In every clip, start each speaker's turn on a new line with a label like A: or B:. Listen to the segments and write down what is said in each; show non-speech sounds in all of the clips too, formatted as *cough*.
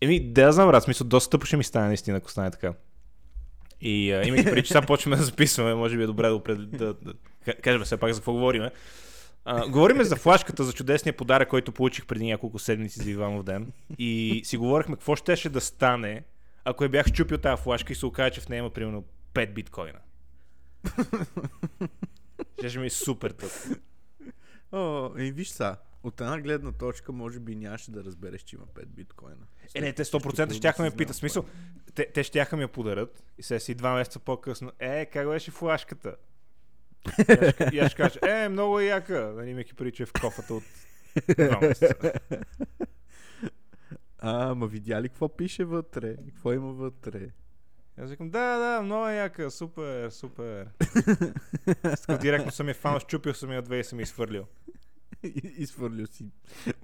A: Еми, да я знам, брат, смисъл, доста тъпо ще ми стане наистина, ако стане така. И а, имайки преди, че сега почваме да записваме, може би е добре да, опред... да, да ка- кажем все пак за какво говориме. А, говориме за флашката, за чудесния подарък, който получих преди няколко седмици за Иванов ден. И си говорихме какво щеше да стане, ако я бях чупил тази флашка и се окаже, че в нея има примерно 5 биткоина. Щеше ми е супер тъп.
B: О, и виж са, от една гледна точка може би нямаше да разбереш, че има 5 биткоина.
A: Е, не, те
B: Ще
A: 100%
B: трудно
A: щяха
B: се
A: ме
B: знае
A: питат.
B: това.
A: Смисъл, те, те щяха ми я подарят и сега си два месеца по-късно. Е, как беше флашката? И аз ще- И аз ще кажа, е, много е яка. Нали, имайки преди, че е в кофата от два месеца.
B: А, ма видя ли какво пише вътре? Какво има вътре? *laughs*
A: И Аз викам, да, да, много е яка, супер, супер. Аз Така директно съм я фанал, щупил съм я две и съм я изхвърлил.
B: И- Изхвърлил си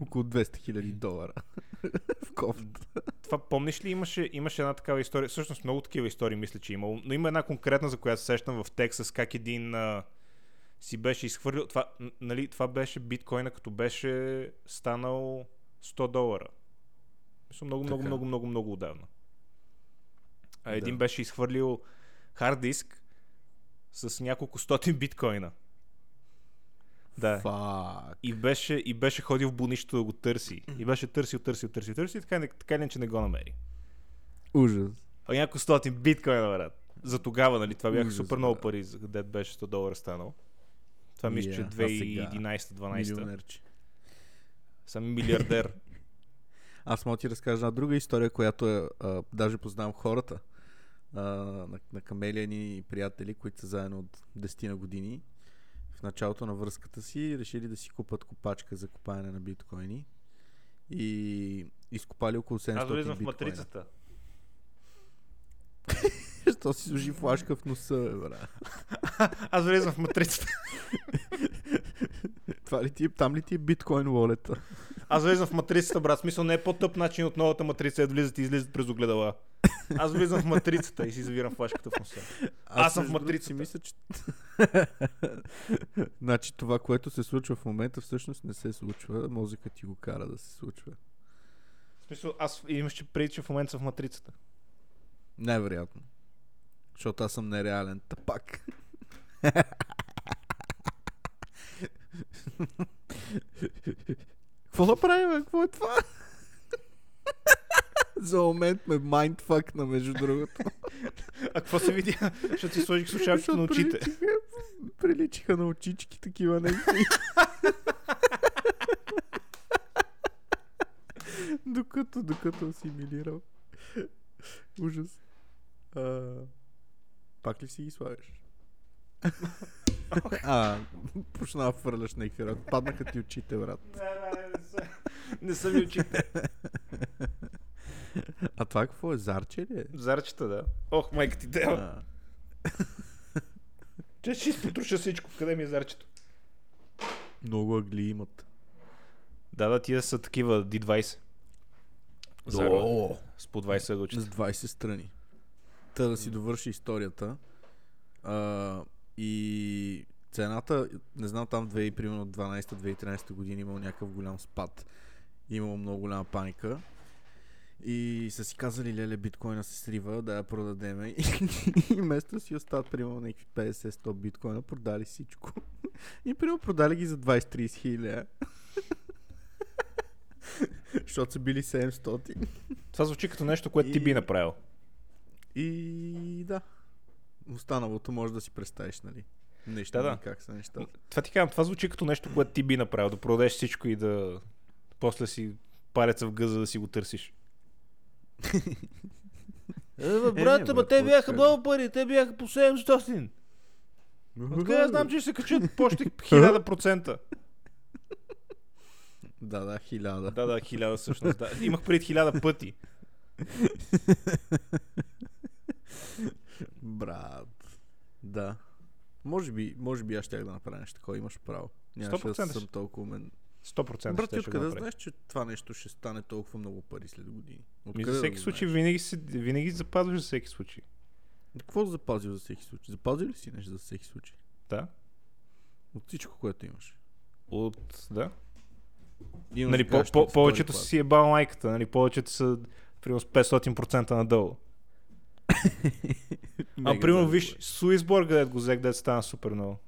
B: около 200 хиляди долара *laughs* в кофта.
A: Това помниш ли, имаше, имаше една такава история, всъщност много такива истории мисля, че е имало, но има една конкретна, за която се сещам в Тексас, как един а, си беше изхвърлил, това, н- нали, това беше биткоина, като беше станал 100 долара. Мисля, много, много,
B: Така.
A: много, много, много отдавна. А един
B: Да.
A: беше изхвърлил хард диск с няколко стотин биткоина. Да.
B: Фак.
A: И беше, и беше ходил в бунището да го търси. И беше търсил, търсил, търсил, търсил и така, не- така не, че не го намери.
B: Ужас.
A: А няколко стотин биткоина, брат. За тогава, нали, това бяха
B: Ужас,
A: супер много
B: брат.
A: пари, за къде беше 100 долара станало. Това мисля, че
B: Я, а сега?
A: 2011-12.
B: Милионерче.
A: Съм *laughs* милиардер.
B: Аз мога да ти разкажа една друга история, която е, а, даже познавам хората. А, на, на Камелия ни приятели, които са заедно от 10 на години. В началото на връзката си решили да си купат копачка за копаене на биткоини. И изкопали около 700
A: Аз влизам в
B: биткоина. *laughs*
A: матрицата.
B: Що си служи флашка в носа, бе, бра?
A: *laughs* Аз влизам в матрицата.
B: Това ли ти, е- там ли ти е биткоин волета?
A: Аз влизам в матрицата, брат. В Смисъл не е по-тъп начин от новата матрица, е да влизат и излизат през огледала. Аз влизам в матрицата и си завирам флашката в носа. Аз съм в
B: между другото,
A: матрицата.
B: Си мисля, че... *laughs* значи това, което се случва в момента, всъщност не се случва. Мозъкът ти го кара да се случва.
A: В смисъл, аз имаше преди, че в момента съм в матрицата.
B: Невероятно. Защото аз съм нереален тапак. Какво да правим? бе? Какво е това? За момент ме майндфакна, между другото.
A: А какво се видя? *laughs* Защото си сложих слушалките на очите.
B: Приличиха, приличиха на очички такива някакви. докато, докато асимилирам. Ужас. А, пак ли си ги *laughs* слагаш? а, почна да фърляш някакви работи. Паднаха ти очите, брат.
A: *laughs* Не са ми очите.
B: А това какво е? Зарче ли е?
A: Зарчета, да. Ох, майка ти дева.
B: А,
A: *laughs* Че ще изпотруша всичко. Къде ми е зарчето?
B: много агли имат.
A: Да, да, тия са такива D20. Заро.
B: Долу.
A: С по 20
B: С
A: ъгълчета.
B: 20 страни. Та да си довърши историята. А, и цената, не знам, там 2, примерно 12-2013 години имал някакъв голям спад. Имало много голяма паника. И са си казали, леле, биткоина се срива, да я продадеме. *laughs* И вместо си остат, примерно, някакви 50-100 биткоина, продали всичко. И примерно продали ги за 20-30 хиляди. *laughs* Защото са били 700.
A: Това звучи като нещо, което ти
B: И-
A: би направил.
B: И да. Останалото може да си представиш, нали? Неща,
A: Да,
B: да,
A: да.
B: да. как са нещата.
A: Това ти казвам, това звучи като нещо, което ти би направил. Да продадеш всичко и да... После си палеца в гъза да си го търсиш. Е,
B: брат, ама те бяха много
A: пари, те бяха по 700. че ще се *laughs* качат почти 1000%.
B: Да, да, хиляда.
A: Да, да, 1000 всъщност. Да. Имах пред 1000 пъти.
B: Брат. Да. Може би, може би аз щях да направя нещо такова, имаш право. Нямаше да
A: 100%
B: съм толкова умен.
A: 100%
B: Брат, ти
A: щеше да
B: откъде
A: направи.
B: знаеш, че това нещо ще стане толкова много пари след години?
A: Ми, за
B: Откъде да
A: всеки
B: го
A: случай
B: знаеш?
A: винаги, си, винаги запазваш за всеки случай.
B: Какво запазил за всеки случай? Запазил ли си нещо за всеки случай?
A: Да.
B: От всичко, което имаш.
A: От, да.
B: Имаш
A: Нали, по,
B: сегашните
A: по,
B: втори
A: повечето
B: клас.
A: си е бал майката, нали, повечето са примерно с 500% надолу.
B: Мега
A: А примерно
B: загуба е.
A: виж Суисборг, където го взех, дето стана супер много.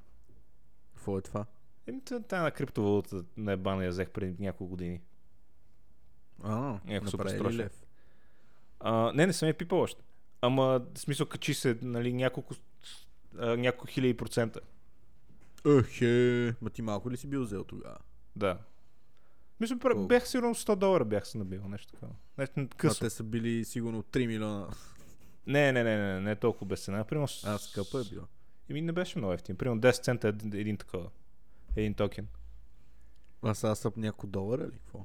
B: Какво е това?
A: Еми, та- тая на криптовалута на ебана я взех преди няколко години.
B: А,
A: Някакво супер
B: направи ли
A: страшно.
B: лев?
A: А, не, не съм я пипал още. Ама, в смисъл, качи се, нали, няколко, а, няколко хиляди процента.
B: Ехе. Ма ти малко ли си бил взел тогава?
A: Да. Мисля, пр-
B: Колко?
A: бях сигурно 100 долара бях се набил, нещо такова. Нещо късо.
B: А те са били сигурно 3 милиона.
A: Не, не, не, не, не, не е толкова без цена. Примерно, с-
B: А, скъпа е била.
A: Еми, не беше много ефтин. Примерно 10 цента е един, един такова. Един токен.
B: А сега са няколко долара ли? Какво?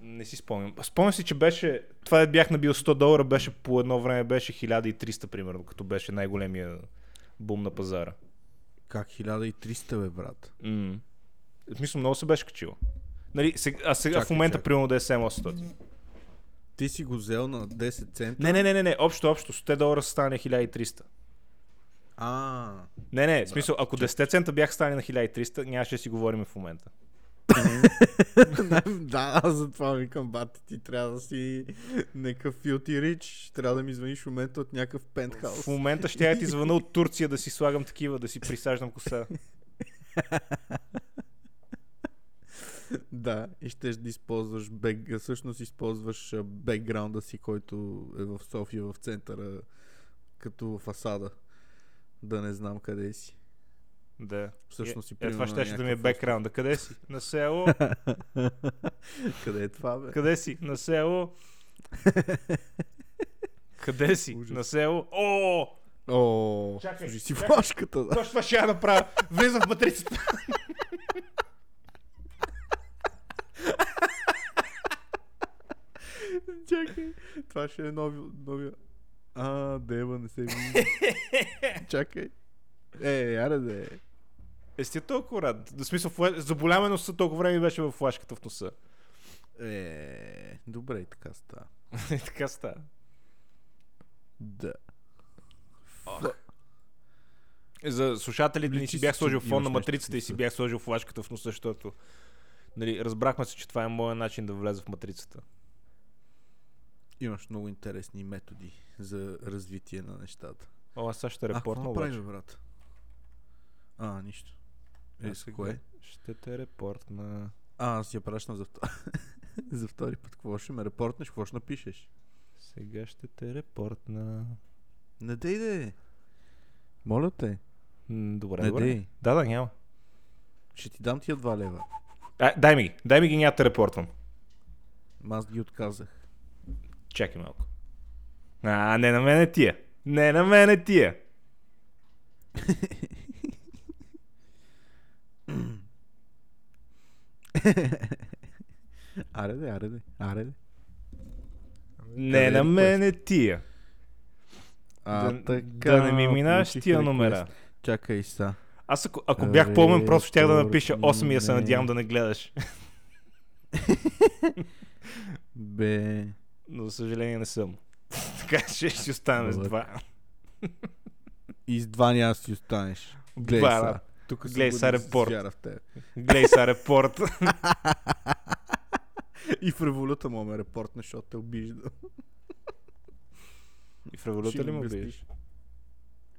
A: Не си спомням. Спомням си, че беше... Това де бях набил 100 долара, беше по едно време беше 1300, примерно, като беше най-големия бум на пазара.
B: Как 1300 бе, брат?
A: М. В смисъл, много се беше качило. Нали, сега, а сега в
B: Чакай,
A: момента
B: чакай.
A: примерно да е 700.
B: Ти си го взел на 10 цента?
A: Не, не, не, не, не, общо, общо, 100 долара стане 1300.
B: А, *laughs*
A: Не, не, в смисъл, ако 10 цента бях стане на 1300, нямаше да си говорим в момента.
B: да, аз затова викам, бати, ти трябва да си някакъв филти рич, трябва да ми звъниш в момента от някакъв
A: В
B: пентхаус.
A: момента ще я ти звъна от Турция да си слагам такива, да си присаждам коса.
B: да, и щеш да използваш, бек... всъщност използваш а, бекграунда си, който е в София, в центъра, като фасада. Да не знам къде си.
A: Да.
B: Всъщност си
A: е, е, това
B: примерно на
A: ще ще да ми е
B: някакъв
A: бекграунда. Къде си? На село?
B: къде е това, бе?
A: Къде си? На село? Къде си?
B: Ужас.
A: На село? О!
B: О,
A: Чакай,
B: служи си
A: чакай. *laughs*
B: флашката, да.
A: Точно това ще я направя. Влизам в матрицата.
B: Чакай, това ще е нови, новия... А, дева, не
A: *laughs*
B: се вижда. Чакай. Е, яре да е.
A: Е, сте толкова рад. В смисъл, фла- заболяме носа толкова време ми беше във флашката в носа.
B: Е, добре и така става.
A: И Е, така става.
B: Да.
A: Е, За слушателите ни
B: Личи
A: си
B: си,
A: бях
B: че
A: сложил
B: имаш
A: фон на
B: нещо в
A: матрицата и си
B: носа.
A: бях сложил флашката в носа, защото нали, разбрахме се, че това е моят начин да вляза в матрицата.
B: Имаш много интересни методи за развитие на нещата.
A: О, аз сега ще
B: а, какво
A: репортна
B: направи,
A: обаче.
B: бе, брат? А, нищо. Е,
A: Аз
B: с
A: сега
B: кое?
A: Ще те репортна.
B: А, аз я пращам за, втори... *laughs* за втори път. Какво ще ме репортнеш? Какво ще напишеш?
A: Сега ще те репортна.
B: Не дей де. Моля те.
A: М, Добре,
B: Не
A: добре.
B: дей.
A: Да, да, няма.
B: Ще ти дам тия два лева.
A: А, дай ми ги. Дай ми ги, няма да те репортвам.
B: Ма Аз ги отказах.
A: *laughs* Чакай малко. А, не на мене тия. Не на мене тия.
B: Аре де, аре де, аре де. Ами,
A: Не на
B: реквест?
A: мене тия.
B: А,
A: да,
B: така,
A: да не ми минаваш
B: получих
A: тия
B: реквест.
A: номера.
B: Чакай са.
A: Аз ако, ако бях по-умен, просто щях да напиша 8 и да се
B: Репортни.
A: надявам да не гледаш. *laughs*
B: Бе,
A: Но за съжаление не съм. *laughs* така че ще оставаме с
B: Добре.
A: два.
B: и с два няма да си останеш. Глей
A: Два,
B: са.
A: да.
B: е, Тук се
A: Глей,
B: буди
A: са,
B: с
A: репорт.
B: вяра в теб.
A: Глей са репорт.
B: И в революта му ме репорт, защото те обижда.
A: И в революта
B: Ще
A: ли
B: им
A: му
B: обясниш.
A: биеш?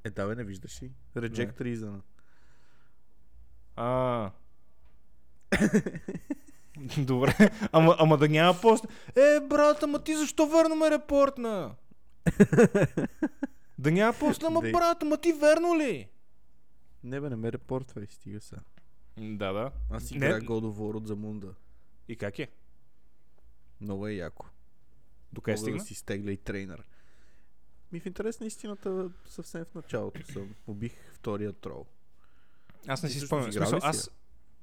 B: Е, да бе, не виждаш ли? Reject Reason.
A: А. Добре. Ама, ама да няма пост. Е, брат, ама ти защо върна ме репортна? да няма пост, ама
B: Дей.
A: брат, ама ти верно ли?
B: Не бе, не ме репортвай, стига са.
A: Да, да.
B: Аз
A: Не.
B: играя God of War от Замунда.
A: И как е?
B: Много е яко.
A: До къде
B: Мога
A: стигна?
B: да си стегля и трейнър. Ми в интерес на истината съвсем в началото съм. Убих втория трол.
A: Аз не
B: Ти
A: си
B: всъщност
A: спомням. В
B: играл ли
A: Смисъл,
B: си
A: аз...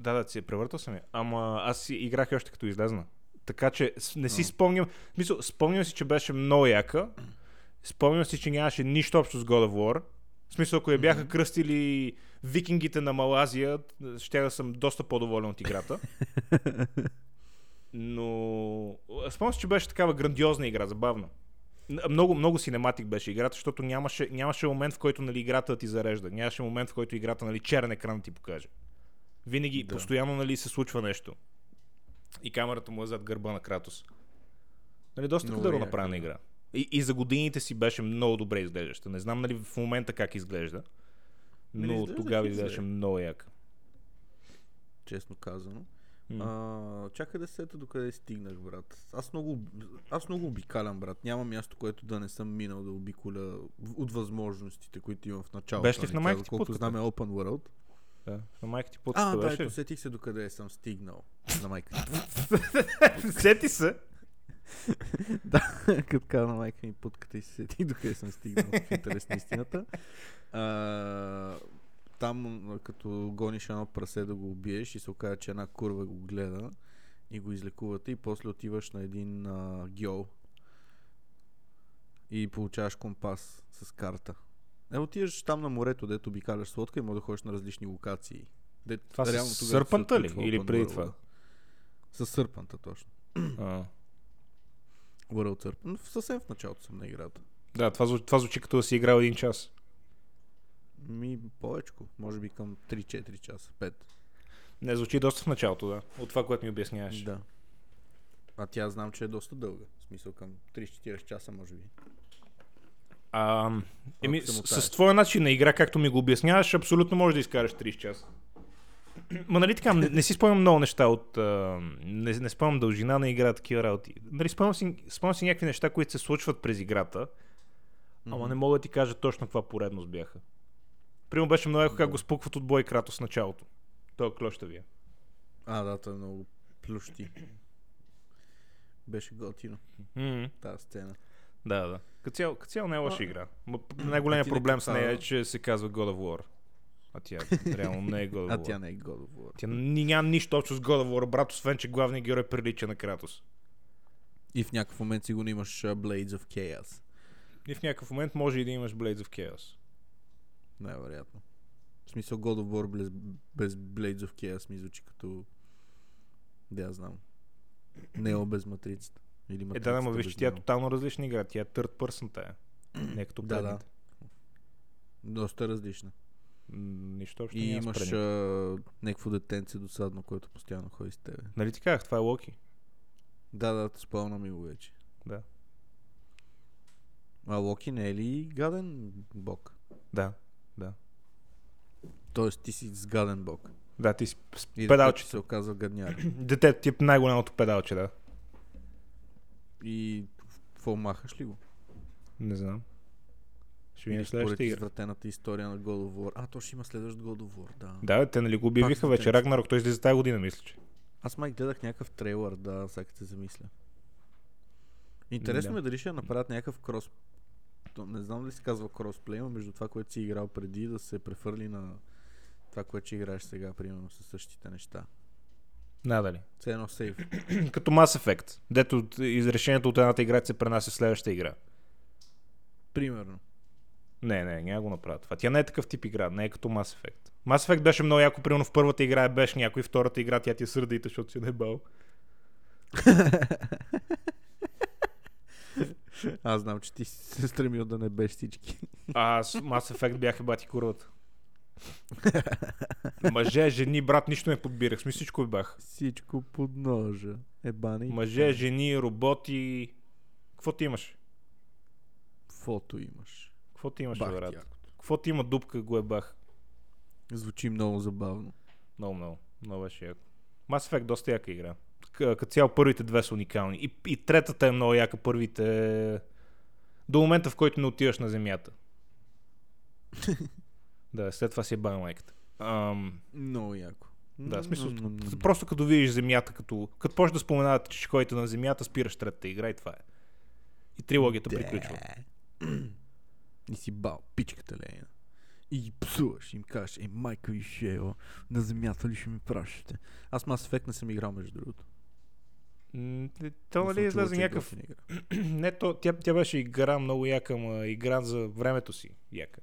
A: Да, да, си я превъртал съм я. Ама аз си играх още като излезна. Така че с- не си
B: А.
A: спомням. Мисъл, спомням си, че беше много яка. Спомням си, че нямаше нищо общо с God of War. В смисъл, ако я бяха кръстили викингите на Малазия, ще да съм доста по-доволен от играта. Но спомням си, че беше такава грандиозна игра, забавна. Н- Много, много синематик беше играта, защото нямаше, нямаше момент, в който нали, играта да ти зарежда. Нямаше момент, в който играта нали, черен екран да ти покаже. Винаги,
B: Да.
A: постоянно нали, се случва нещо. И камерата му е зад гърба на Кратос. Нали, доста
B: Много
A: кадърно
B: яка,
A: направена
B: да.
A: игра. И, и за годините си беше много добре изглеждаща. Не знам нали в момента как изглежда,
B: Ми,
A: но
B: Нали изглежда
A: тогава
B: хитре.
A: изглеждаше много яка.
B: честно казано.
A: М.
B: А, чакай да се ето докъде стигнах, брат. Аз много, об- аз много обикалям, брат. Няма място, което да не съм минал да обиколя в- от възможностите, които имам в началото.
A: Беше ли в
B: нали?
A: на
B: Тя,
A: майка ти
B: Доколкото
A: путката?
B: знам е Open World.
A: Да. На майка ти пуцата
B: А, да,
A: беше.
B: ето, сетих се докъде съм стигнал на майка
A: *laughs*
B: ми.
A: Сети се.
B: да, *laughs* като каза на майка ми путката и се сетих докъде съм стигнал. В интерес на истината. А, там, а, като гониш едно прасе да го убиеш и се окаже, че една курва го гледа и го излекувате и после отиваш на един а, гьол и получаваш компас с карта. Е, отиваш там на морето, дето обикаляш с лодка и може да ходиш на различни локации. Де,
A: Това с
B: реално тогава се
A: сърпанта ли?
B: отключва
A: Или
B: Open
A: преди
B: World-а.
A: това?
B: С сърпанта, точно.
A: А,
B: World Serpent. Но съвсем в началото съм на играта.
A: да, това, зву- това звучи като да си играл един час.
B: Ми, повечко. Може би към 3-4 часа. 5.
A: Не, звучи доста в началото, да. От това, което ми обясняваш.
B: Да. А тя знам, че е доста дълга. В смисъл към 3-4 часа, може би.
A: А, еми,
B: Ако се
A: с,
B: мотаеш.
A: с твоя начин на игра, както ми го обясняваш, абсолютно можеш да изкараш 30 часа. Ма нали така, не, не си спомням много неща от... А, не, не спомням дължина на игра, такива работи. Нали, спомням си, спомням си някакви неща, които се случват през играта, ама не мога да ти кажа точно каква поредност бяха. Примерно беше много яко как го спукват от бой Кратос в началото. Той е клощавия.
B: А, да, той е много плющи. Беше готино
A: Mm-hmm.
B: тази сцена.
A: Да, да. Като цяло, като цяло не е лоша игра. Ма п-
B: а
A: най-големият
B: ти не
A: проблем с нея е,
B: капава.
A: че се казва God of War. А тя реално не е God of War.
B: А тя не е God of War.
A: Тя ни- няма нищо общо с God of War, брат, освен, че главният герой прилича на Кратос.
B: И в някакъв момент сигурно имаш а, Blades of Chaos.
A: И в някакъв момент може и да имаш Blades of Chaos.
B: Най-вероятно. В смисъл God of War без, без Blades of Chaos ми звучи като... Да я знам. Нео без матрицата. Или
A: Е,
B: матрицата
A: да, да, ма виж,
B: без
A: че тя е
B: Нео.
A: тотално различна игра. Тя е third person тая. Не е като
B: Да, да.
A: предните.
B: Доста различна.
A: М, Нищо общо
B: И
A: няма с
B: имаш
A: предните.
B: а, някакво детенце досадно, което постоянно ходи с тебе.
A: Нали ти казах, това е Локи.
B: Да, да, спомням ми го вече.
A: Да.
B: А Локи не е ли гаден бог?
A: Да.
B: Тоест ти си с гаден бог.
A: Да, ти си с
B: И
A: педалче.
B: детето се оказва гадняр.
A: *clears throat* Детето ти е най-голямото педалче, да.
B: И какво махаш ли го?
A: Не знам. Ще видим
B: Или според
A: следващата игра.
B: извратената история на God of War. А, то ще има следващ God of War, да.
A: Да, бе, те нали го обявиха
B: Пак
A: вече.
B: детето.
A: Рагнарок, той излиза тази година, мисля, че.
B: Аз май гледах някакъв трейлър, да, сега като се замисля. Интересно
A: Да.
B: ми е дали ще направят някакъв крос... То, не знам дали се казва кросплей, но между това, което си играл преди, да се прехвърли на това, което ще играеш сега, примерно, със същите неща.
A: Надали.
B: Все
A: *coughs*
B: едно сейф.
A: *clears throat* Като Mass Effect, дето от- изрешението от едната игра се пренася в следващата игра.
B: Примерно.
A: Не, не, няма го направят това. Тя не е такъв тип игра, не е като Mass Effect. Mass Effect беше много яко, примерно в първата игра е беше някой, втората игра тя ти е сърдите, защото си не бал.
B: Аз знам, че ти си се стремил да не беш всички. *laughs*
A: А с Mass Effect бяха бати курвата. Мъже, жени, брат, нищо не подбирах. Смисъл всичко ви бах.
B: Всичко под ножа. Е, Ебани.
A: Мъже, жени, роботи. Какво ти имаш?
B: Фото имаш.
A: Какво ти имаш, бе,
B: Бах ти
A: брат?
B: якото.
A: Какво ти има дупка, го е бах.
B: Звучи много забавно.
A: Много, много. Много беше яко. Mass Effect доста яка игра. К- Като цяло първите две са уникални. И, и третата е много яка, първите... До момента, в който не отиваш на *laughs* земята. да, след това си е бая майката. Ам,
B: Много яко.
A: да, в смисъл,
B: М, м, м.
A: просто като видиш земята, като, като почнеш да споменават, че ще ходите на земята, спираш третата игра и това е. И трилогията
B: Да.
A: приключва.
B: И си бал пичката Ленина. И ги псуваш, им кажеш, е, майка ви ще е, о, на земята ли ще ми пращате? Аз Mass Effect не съм играл, между другото.
A: М, те- То
B: Но
A: нали
B: съм чувал,
A: излезе
B: че е
A: някакъв...
B: готина игра.
A: Не, то, тя, тя беше игра много яка, ма игра за времето си яка.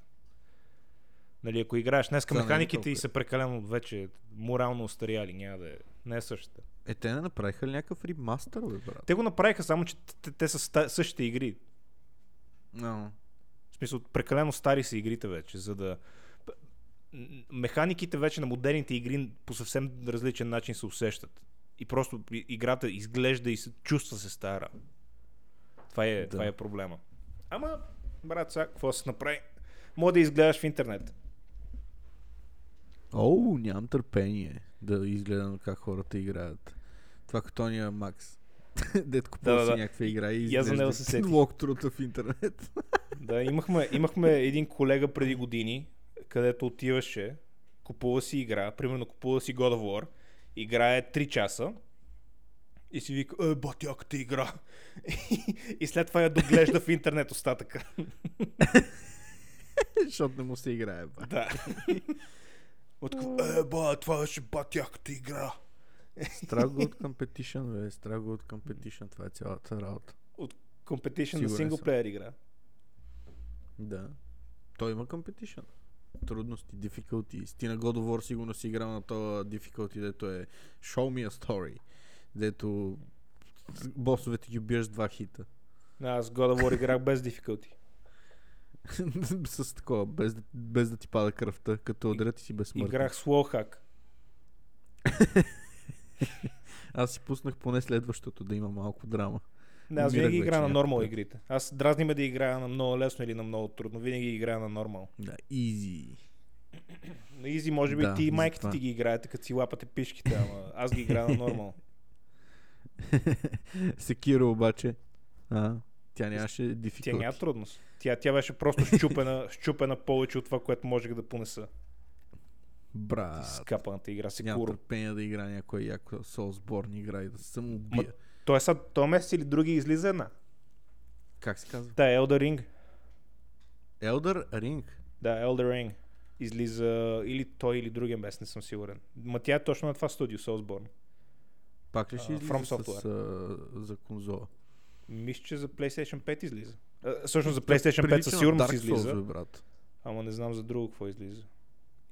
A: Нали, ако играеш днес
B: Това не е ли
A: механиките и
B: толкова?
A: са прекалено вече морално устаряли, няма да е. Не е същата.
B: Е, те не направиха ли някакъв ремастър, бе, брат?
A: Те го направиха, само че те, те са ста- същите игри.
B: No.
A: В смисъл, прекалено стари са игрите вече, за да... П- м, Механиките вече на модерните игри по съвсем различен начин се усещат. И просто и- играта изглежда и се, чувства се стара. Това е, да.
B: Да.
A: това е проблема. Ама, брат, сега, какво се направи? Мога да изгледаш в интернет.
B: О, нямам търпение да изгледам как хората играят. Това като ония Макс. *laughs* Дед купува
A: Да, да,
B: си
A: да.
B: някаква игра
A: И
B: и
A: аз за него
B: изглежда
A: се сетих.
B: локтрута в интернет. *laughs*
A: Да, имахме, имахме един колега преди години, където отиваше, купува си игра, примерно купува си God of War, играе 3 часа и си вика, е, бати, яката игра. и след това я доглежда в интернет остатъка.
B: Защото не му се играе. Ба.
A: да. *laughs* От, е, ба, това беше бати, яката игра.
B: Страго от Competition, бе. Страго от Competition. Това е цялата работа.
A: От Competition на
B: Сигурен съм.
A: синглплеер игра.
B: Да. Той има Competition. Трудности, difficulty. Ти на God of War сигурно си играл на това difficulty, дето е Show me a story. Дето босовете ги убиеш с два хита. *laughs*
A: Аз God of War играх без difficulty.
B: с такова, без, да- без да ти пада кръвта, като ударят и си безсмъртен.
A: Играх с Wallhack.
B: Аз си пуснах поне следващото, да има малко драма.
A: Не, аз
B: Умирах
A: винаги игра
B: вече
A: на
B: няколко
A: нормал
B: пъти.
A: игрите. Аз дразни ме да играя на много лесно или на много трудно. Винаги играя на нормал.
B: Да, easy.
A: На изи, може би
B: Да,
A: ти и
B: и
A: майките
B: затова.
A: ти ги играете, като си лапате пишките, ама аз ги играя на
B: *laughs*
A: нормал.
B: Секира обаче, а, тя нямаше
A: Тя няма
B: difficulty.
A: трудност. Тя, тя беше просто щупена, щупена повече от това, което можех да понеса.
B: Бра,
A: Скапаната игра, се
B: нямам
A: куро.
B: търпение да игра някоя яко Soulsborne игра и да се
A: Ма,
B: самоубия.
A: той е сега, то месец или други излиза една.
B: Как се казва?
A: Да, Elder Ring.
B: Elder Ring.
A: Да, Elder Ring. Излиза или той, или другия месец, не съм сигурен. Ма тя е точно на това студио, Soulsborne.
B: Пак ли ще
A: А,
B: излиза
A: From
B: с, а, за конзола?
A: Мисля, че за PlayStation 5 излиза. А, всъщност за PlayStation 5
B: Прилича
A: със
B: на
A: сигурност
B: Dark
A: излиза.
B: Souls, бе, брат.
A: Ама не знам за друго какво излиза.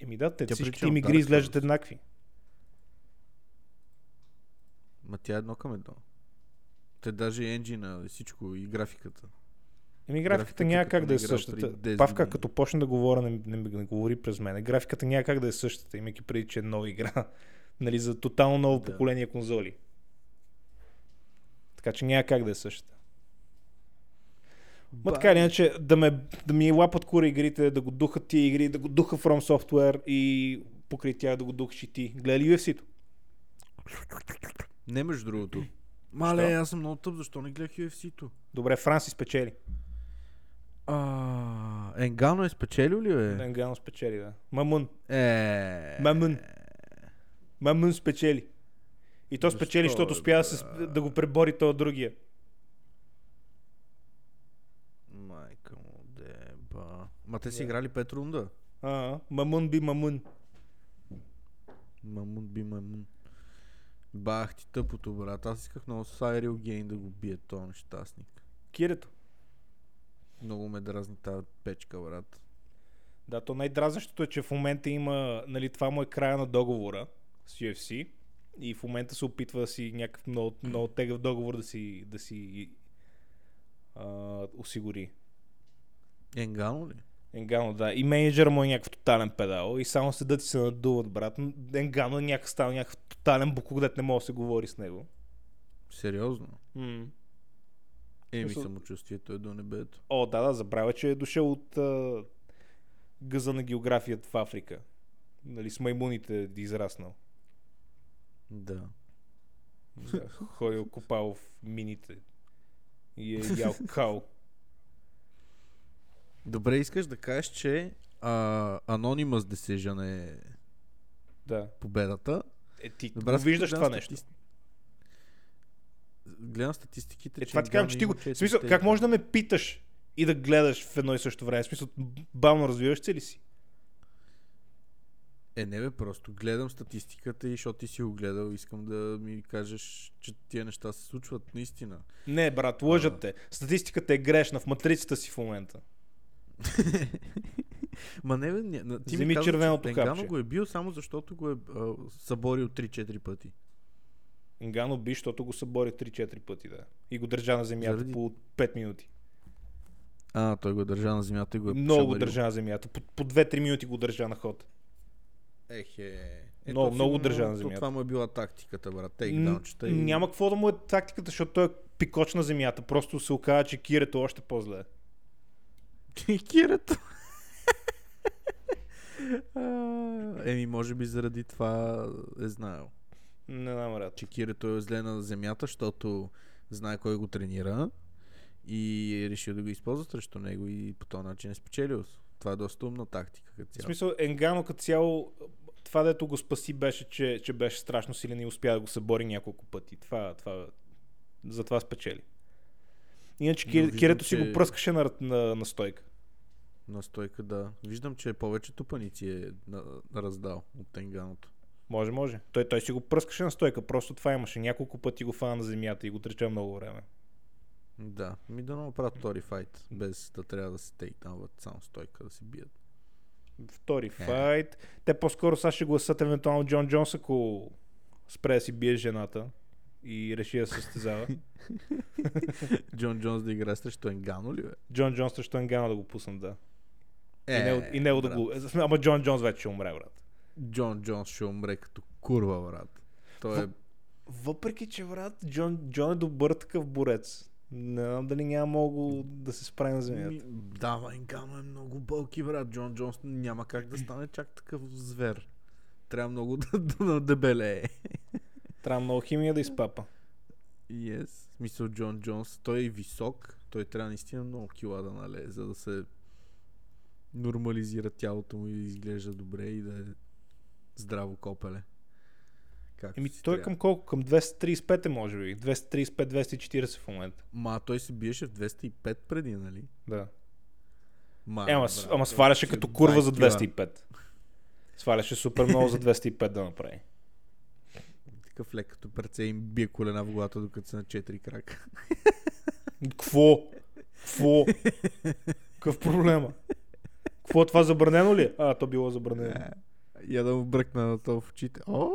A: Еми да, те
B: Тя
A: всички
B: прилича
A: им
B: на
A: игри
B: Dark
A: изглеждат
B: Souls.
A: еднакви.
B: Ма тя е едно към едно. Те даже и енджина, и всичко, и графиката.
A: Еми графиката
B: Графиката
A: няма
B: като
A: как да е
B: на игра от преди
A: същата.
B: 10
A: Павка,
B: години.
A: като почне да говоря, не, не, не говори през мене. Графиката няма как да е същата, имайки преди, че е нова игра. *laughs* нали, за тотално ново
B: Да.
A: поколение конзоли. Така че няма как да е същата. Ма така или иначе, да, ме, да ми лапат кура игрите, да го духат тия игри, да го духа From Software и покрай тях да го духаш и ти. Гледа ли UFC-то?
B: Не между другото. Мале, аз съм много тъп, защо не гледах UFC-то?
A: Добре, Франси спечели.
B: А, Енгано е спечелил ли бе?
A: Денгано спечели, да. Мамун.
B: Е,
A: Мамун. Мамун спечели. И то спечели,
B: Защо,
A: защото
B: бе,
A: успя да, се, сп- да го пребори то другия.
B: Майка му деба. Ма те си играли пет рунда.
A: А, мамун би мамун.
B: Мамун би мамун. Бах ти тъпото, брат. Аз исках много Сайрил Гейн да го бие този нещастник.
A: Кирето.
B: Много ме дразни тази печка, брат.
A: Да, то най-дразнещото е, че в момента има, нали, това му е края на договора с UFC и в момента се опитва да си някакъв много, много тегъв договор да си, да си а, осигури.
B: Енгано Е, ли?
A: Енгано, да. И менеджера му е някакъв тотален педал и само седат и се надуват, брат. М, Енгано е някакъв стал някакъв тотален буклук, дет не мога да се говори с него.
B: Сериозно?
A: М.
B: Еми
A: Смисъл-
B: самочувствието е до небето.
A: О, да, да, забравя, че е дошъл от а, гъза на географията в Африка. Нали, с маймуните е израснал.
B: Да.
A: Да, ходил копал в мините. И е ял кал.
B: Добре, искаш да кажеш, че а, Anonymous Decision е
A: Да.
B: победата.
A: Е, ти
B: Добре,
A: го
B: аз
A: виждаш
B: гледам
A: това нещо.
B: статис- Гледам статистиките,
A: Е, това ти казвам, че ти го...
B: Ганна има
A: В смисъл,
B: четири
A: как може да
B: тейка.
A: ме питаш и да гледаш в едно и също време? В смисъл, бавно развиваш се ли си?
B: Е, не бе, просто гледам статистиката и защото ти си го гледал, искам да ми кажеш, че тия неща се случват наистина.
A: Не, брат, лъжат те. Статистиката е грешна в матрицата си в момента.
B: Ма не бе, ня- на- ти
A: Вземи
B: ми каза,
A: червеното
B: че Тенгано
A: капче.
B: го е бил само защото го е а, съборил 3-4 пъти.
A: Нгано би, защото го събори 3-4 пъти, да. И го държа на земята
B: Заради-
A: по 5 минути.
B: А, той го е държа на земята и го е
A: Много го
B: шабарил.
A: държа на земята. По, по 2-3 минути го държа на ход.
B: Ехе.
A: Много-
B: то
A: много
B: сигурно
A: държа на
B: то
A: земята.
B: Това му е била тактиката, брат. Тейк
A: Н-
B: *laughs* даунчета и...
A: Няма какво да му е тактиката, защото той е пикоч на земята. Просто се оказа, че кирето е още по-зле.
B: Кирето. А, Еми, може би заради това е знаел.
A: Не знам, брат.
B: Че Кирето е зле на земята, защото знае кой го тренира и е решил да го използва срещу него и по този начин е спечелил. Това е доста умна тактика. Като
A: В
B: цяло.
A: смисъл, Енгано като цяло, това дето го спаси беше, че, че беше страшно силен и успя да го събори няколко пъти. Това, това, затова спечели. Иначе
B: Но
A: Кир,
B: виждам,
A: Кирето си
B: че-
A: го пръскаше на, ръ- на, на стойка.
B: Настойка, да. Виждам, че повечето паници е на, на раздал от тенганото.
A: Може, може. Той, той си го пръскаше на стойка. Просто това имаше. Няколко пъти го фана на земята и го треча много време.
B: Да, ми да направят втори файт, без да трябва да се тейкдаунват, само стойка да се бият.
A: Втори файт. Те по-скоро сега ще гласат евентуално Джон Джонс, ако спре да си бие жената и реши да се *laughs* състезава.
B: Джон Джонс да играе срещу Енгано ли бе?
A: Джон Джонс срещу Енгано да го пуснат, да. и него, и него да
B: брат.
A: го... Ама Джон Джонс вече ще умре, брат.
B: Джон Джонс ще умре като курва, брат. Той е...
A: Въпреки, че брат, Джон, Джон е добър такъв борец. Не знам дали няма мога да се справи на земята.
B: Ми, Да, ма, Енгано е много бълки, брат. Джон Джонс няма как да стане чак такъв звер. Трябва много *laughs* да, да надебелее.
A: Трябва много химия да изпапа.
B: Yes. В смисъл Джон Джонс, той е висок, той трябва наистина много кила да налее, за да се нормализира тялото му и да изглежда добре и да е здраво копеле. Както
A: Еми,
B: си
A: той
B: трябва.
A: към колко? Към 235 е, може би. 235-240 в момента.
B: Ма той се биеше в 205 преди, нали?
A: Да.
B: Ма,
A: Е, ама,
B: брат,
A: ама
B: той
A: сваляше
B: беше
A: като курва
B: 20
A: за
B: кила.
A: 205. Сваляше супер много за 205 да направи.
B: Такъв лек като перце им бие колена в главата, докато са на 4 крака. *laughs*
A: Кво? Кво? Какъв проблема? Кво това забранено ли? е? А, то било забранено.
B: Я да му бръкна на то в очите. О!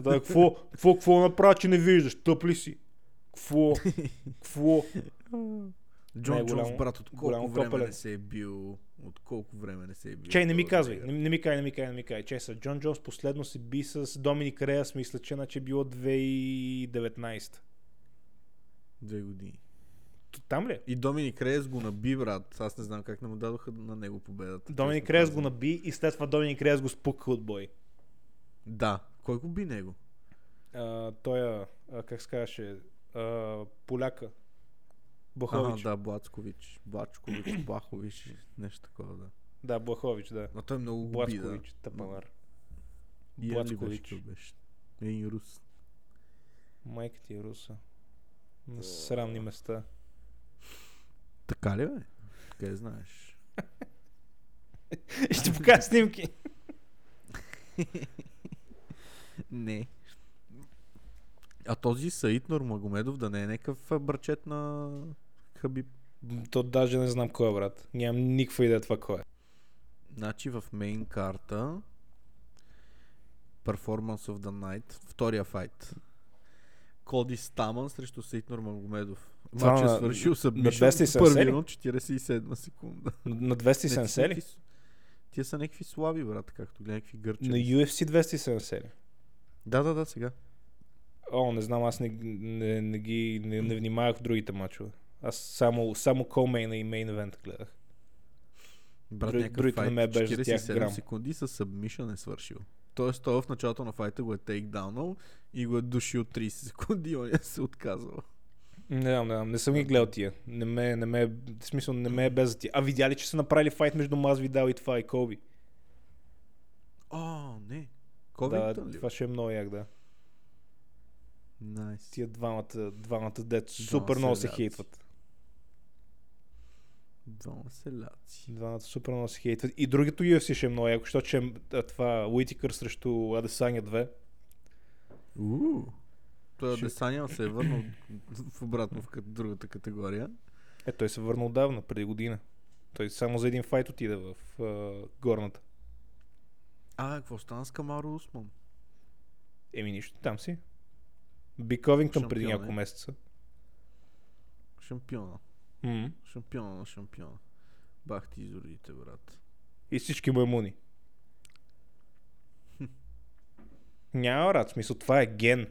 A: Да, какво, какво, какво направи, че не виждаш? Тъп ли си? Какво? Какво?
B: Джон
A: Не, голямо-
B: Джонс, брат, от колко
A: голямо
B: време
A: копеле.
B: не се е бил? От колко време не се е бил?
A: Чай, не ми
B: този
A: казвай.
B: негър?
A: Не, не ми кай, не ми кай, не ми кай. Чай, са Джон Джонс последно се би с Доминик Реас, мисля, че значи е било 2019.
B: Две години.
A: Т- Там ли? е?
B: И Доминик Рейс го наби, брат. Аз не знам как не му дадоха на него победата.
A: Доминик
B: честно
A: Реас го
B: казано.
A: наби и след това Доминик Реас го спука от бой.
B: Да. Кой го би него?
A: а, той, а, а, как се казваше, а, поляка.
B: Ага,
A: Блахович. да.
B: да, Блацкович.
A: *clears throat*
B: Блачкович, Блахович, нещо такова, да.
A: да, Блахович, да.
B: Но той много го би, да.
A: Блацкович, тъпанар.
B: И Ели беше,
A: Блацкович.
B: той беше. Един рус.
A: Майка ти е руса. На срамни
B: *laughs*
A: места.
B: Така ли, бе? Къде знаеш?
A: Ще покажа снимки.
B: Не. А този Саид Нормагомедов да не е някакъв а, брачет на Хабиб.
A: То даже не знам кой е, брат. Нямам никаква идея това кой е.
B: Значи в мейн карта Performance of the Night, втория файт. Коди Стаман срещу Сейт Нормагомедов.
A: Това
B: Матчът
A: на-
B: е свършил с Бишоп
A: 270
B: в първи
A: ли?
B: минут 47 секунда.
A: На
B: Не, тия са
A: 270 ли?
B: някакви с- Тия са някакви слаби, брат, както гледа някакви
A: На
B: гърчени.
A: UFC 270 ли?
B: Да, да, да, сега.
A: О, не знам, аз не, не, не ги не, не внимавах в другите мачове. Аз само, само колмейна и мейн евент гледах.
B: Брат,
A: Друг-
B: някакъв
A: другите не
B: файт
A: ме беше за тях
B: 47
A: грам.
B: секунди с събмишън е свършил. Тоест, той в началото на файта го е тейкдаунал и го е душил 30 секунди и он е се отказал.
A: Не знам, не знам, не съм ги гледал тия. Не ме, не ме, в смисъл, не ме е без за тия. А видя ли, че са направили файт между Мазвидал и това и Коби?
B: О, не.
A: Да,
B: Ковингтън ли? бе?
A: това ще е много як, да.
B: Найс.
A: Тия двамата, двамата дет супер
B: се
A: много се
B: лят.
A: хейтват.
B: Двама селяци.
A: Двамата супер много се хейтват. И другото UFC ще е много яко, защото ще е а, това Уитикър срещу Адесаня 2.
B: Уу. Той
A: Ще-
B: Адесаня се е върнал в обратно в кат- другата категория.
A: Е, той се върна отдавна, преди година. Той само за един файт отиде в а, горната.
B: А, какво стана с Камаро Усман?
A: Еми нищо, там си. Би Ковингтън преди
B: Шампион е.
A: няколко месеца.
B: Шампиона.
A: М.
B: Шампиона на шампиона. Бах ти изродите, брат.
A: И всички е маймуни. Няма, брат, в смисъл, това е ген.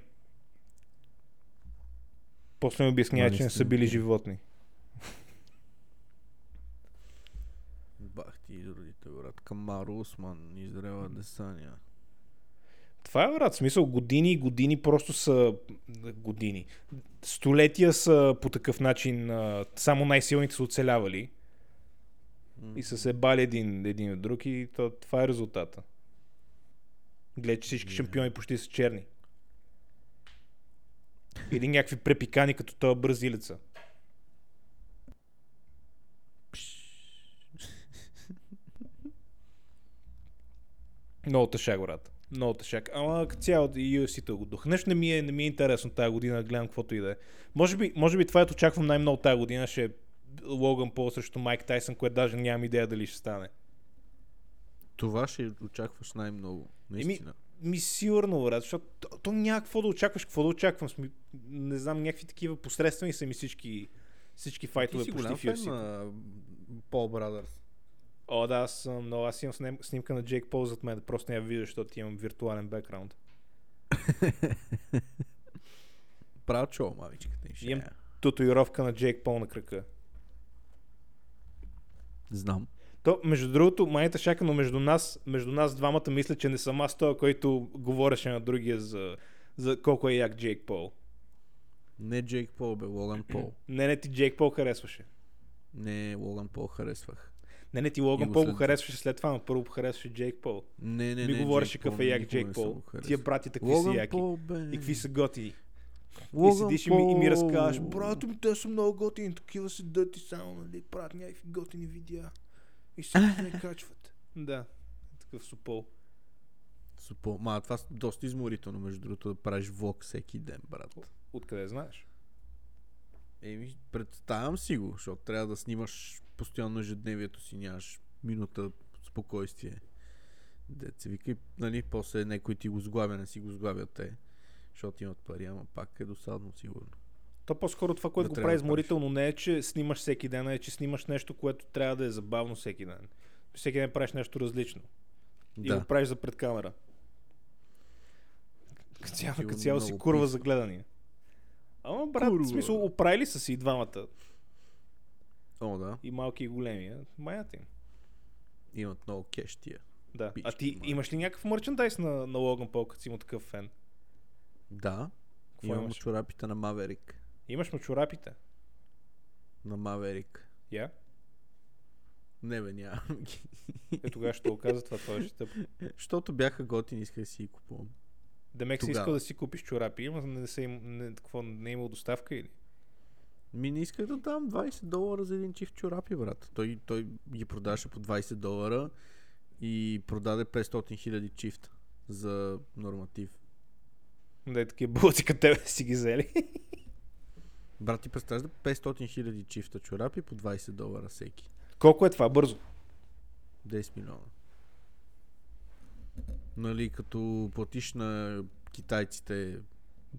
A: После ми обяснява,
B: Да,
A: че не са
B: наистина.
A: били животни.
B: Бах ти и другите, брат. Камаро Осман, Израела Десания.
A: Това е, брат, в смисъл години и години просто са години. Столетия са по такъв начин, а, само най-силните са оцелявали и са се бали един, един от друг и то, това е резултата. Гледай, че всички шампиони почти са черни. Или някакви препикани като този бразилеца. Много тъшак, брат. Много тъшак. Ама като цяло и UFC-то го дохнеш. Не ми е, не ми е интересно тази година, да гледам каквото и да е. Може би, може би това, което очаквам най-много тази година, ще е Логан Пол срещу Майк Тайсън, което даже нямам идея дали ще стане.
B: Това ще очакваш най-много. Наистина.
A: Ми сигурно, брат, защото то, то няма какво да очакваш, какво да очаквам. Сми, не знам, някакви такива посредствени са ми всички, всички файтове
B: Ти си
A: почти
B: голям
A: в
B: фен
A: UFC.
B: на Пол Брадърс.
A: О, да, аз съм много. Аз имам снем- снимка на Джейк Пол зад мен. Просто не я вижда, защото имам виртуален бекграунд.
B: Право чо, мамичката им ще
A: Имам
B: е.
A: татуировка на Джейк Пол на крака.
B: Знам.
A: То, между другото, майната шака, но между нас, между нас двамата мисля, че не съм аз той, който говореше на другия за, за колко е як Джейк Пол.
B: Не Джейк Пол, бе, Логан *clears throat* Пол.
A: Не, не ти Джейк Пол харесваше.
B: Не, Логан Пол харесвах.
A: Не, не ти
B: И
A: Логан
B: го
A: Пол го
B: следва.
A: харесваше след това, но първо го харесваше Джейк Пол.
B: Не, не,
A: Ми
B: не.
A: говореше
B: Джейк
A: какъв е
B: Пол,
A: як
B: никога не
A: Джейк
B: съм
A: Пол.
B: го харесвал.
A: Тия брати такви си
B: Логан
A: яки.
B: Пол, бе.
A: И какви са готини. И
B: Логан
A: седиш и ми, и ми разказваш,
B: Пол.
A: брат, ми те са много готини, такива се дъти само, нали, правят някакви готини видеа. И се не
B: *laughs*
A: качват. Да, такъв супол.
B: Супо. Ма, това е доста изморително, между другото, да правиш влог всеки ден, брат.
A: Откъде знаеш?
B: Еми, представям си го, защото трябва да снимаш постоянно ежедневието си, нямаш минута спокойствие. Деца вика, и, нали, после някой ти го сглавя, не си го сглавят те, защото имат пари, ама пак е досадно, сигурно.
A: То по-скоро това, което
B: Да
A: го
B: трябва
A: прави
B: да правиш.
A: изморително, не е, че снимаш всеки ден, а е, че снимаш нещо, което трябва да е забавно всеки ден. Всеки ден правиш нещо различно. И
B: да.
A: го правиш за пред камера. Като цяло,
B: Било
A: като цяло си
B: много
A: курва
B: писно.
A: за гледания. Ама, брат,
B: Курва.
A: в смисъл, оправили са си и двамата.
B: О, да.
A: И малки, и големи. а? Маята им.
B: Имат много кеш тия.
A: Да. а
B: Пички,
A: ти
B: майка.
A: имаш ли някакъв мерчендайз на, на Логан Пол, като си му такъв фен?
B: Да.
A: Какво
B: Имам
A: имаш?
B: чорапите на Маверик.
A: Имаш му чорапите?
B: На Маверик.
A: Я?
B: Не бе, нямам ги.
A: Е, тогава ще оказа това, това ще тъп.
B: Защото бяха готини, исках да си ги купувам.
A: Демек си
B: Тогава.
A: искал да си купиш чорапи, има, не, се, им- не, какво, не е имал доставка или?
B: Ми не исках да дам 20 долара за един чифт чорапи, брат. Той, той ги продаваше по 20 долара и продаде 500 хиляди чифта за норматив.
A: Да е такива булци като тебе *laughs* си ги взели.
B: Брат, ти представяш да 500 хиляди чифта чорапи по 20 долара всеки.
A: Колко е това? Бързо.
B: 10 милиона. Нали, като платиш на китайците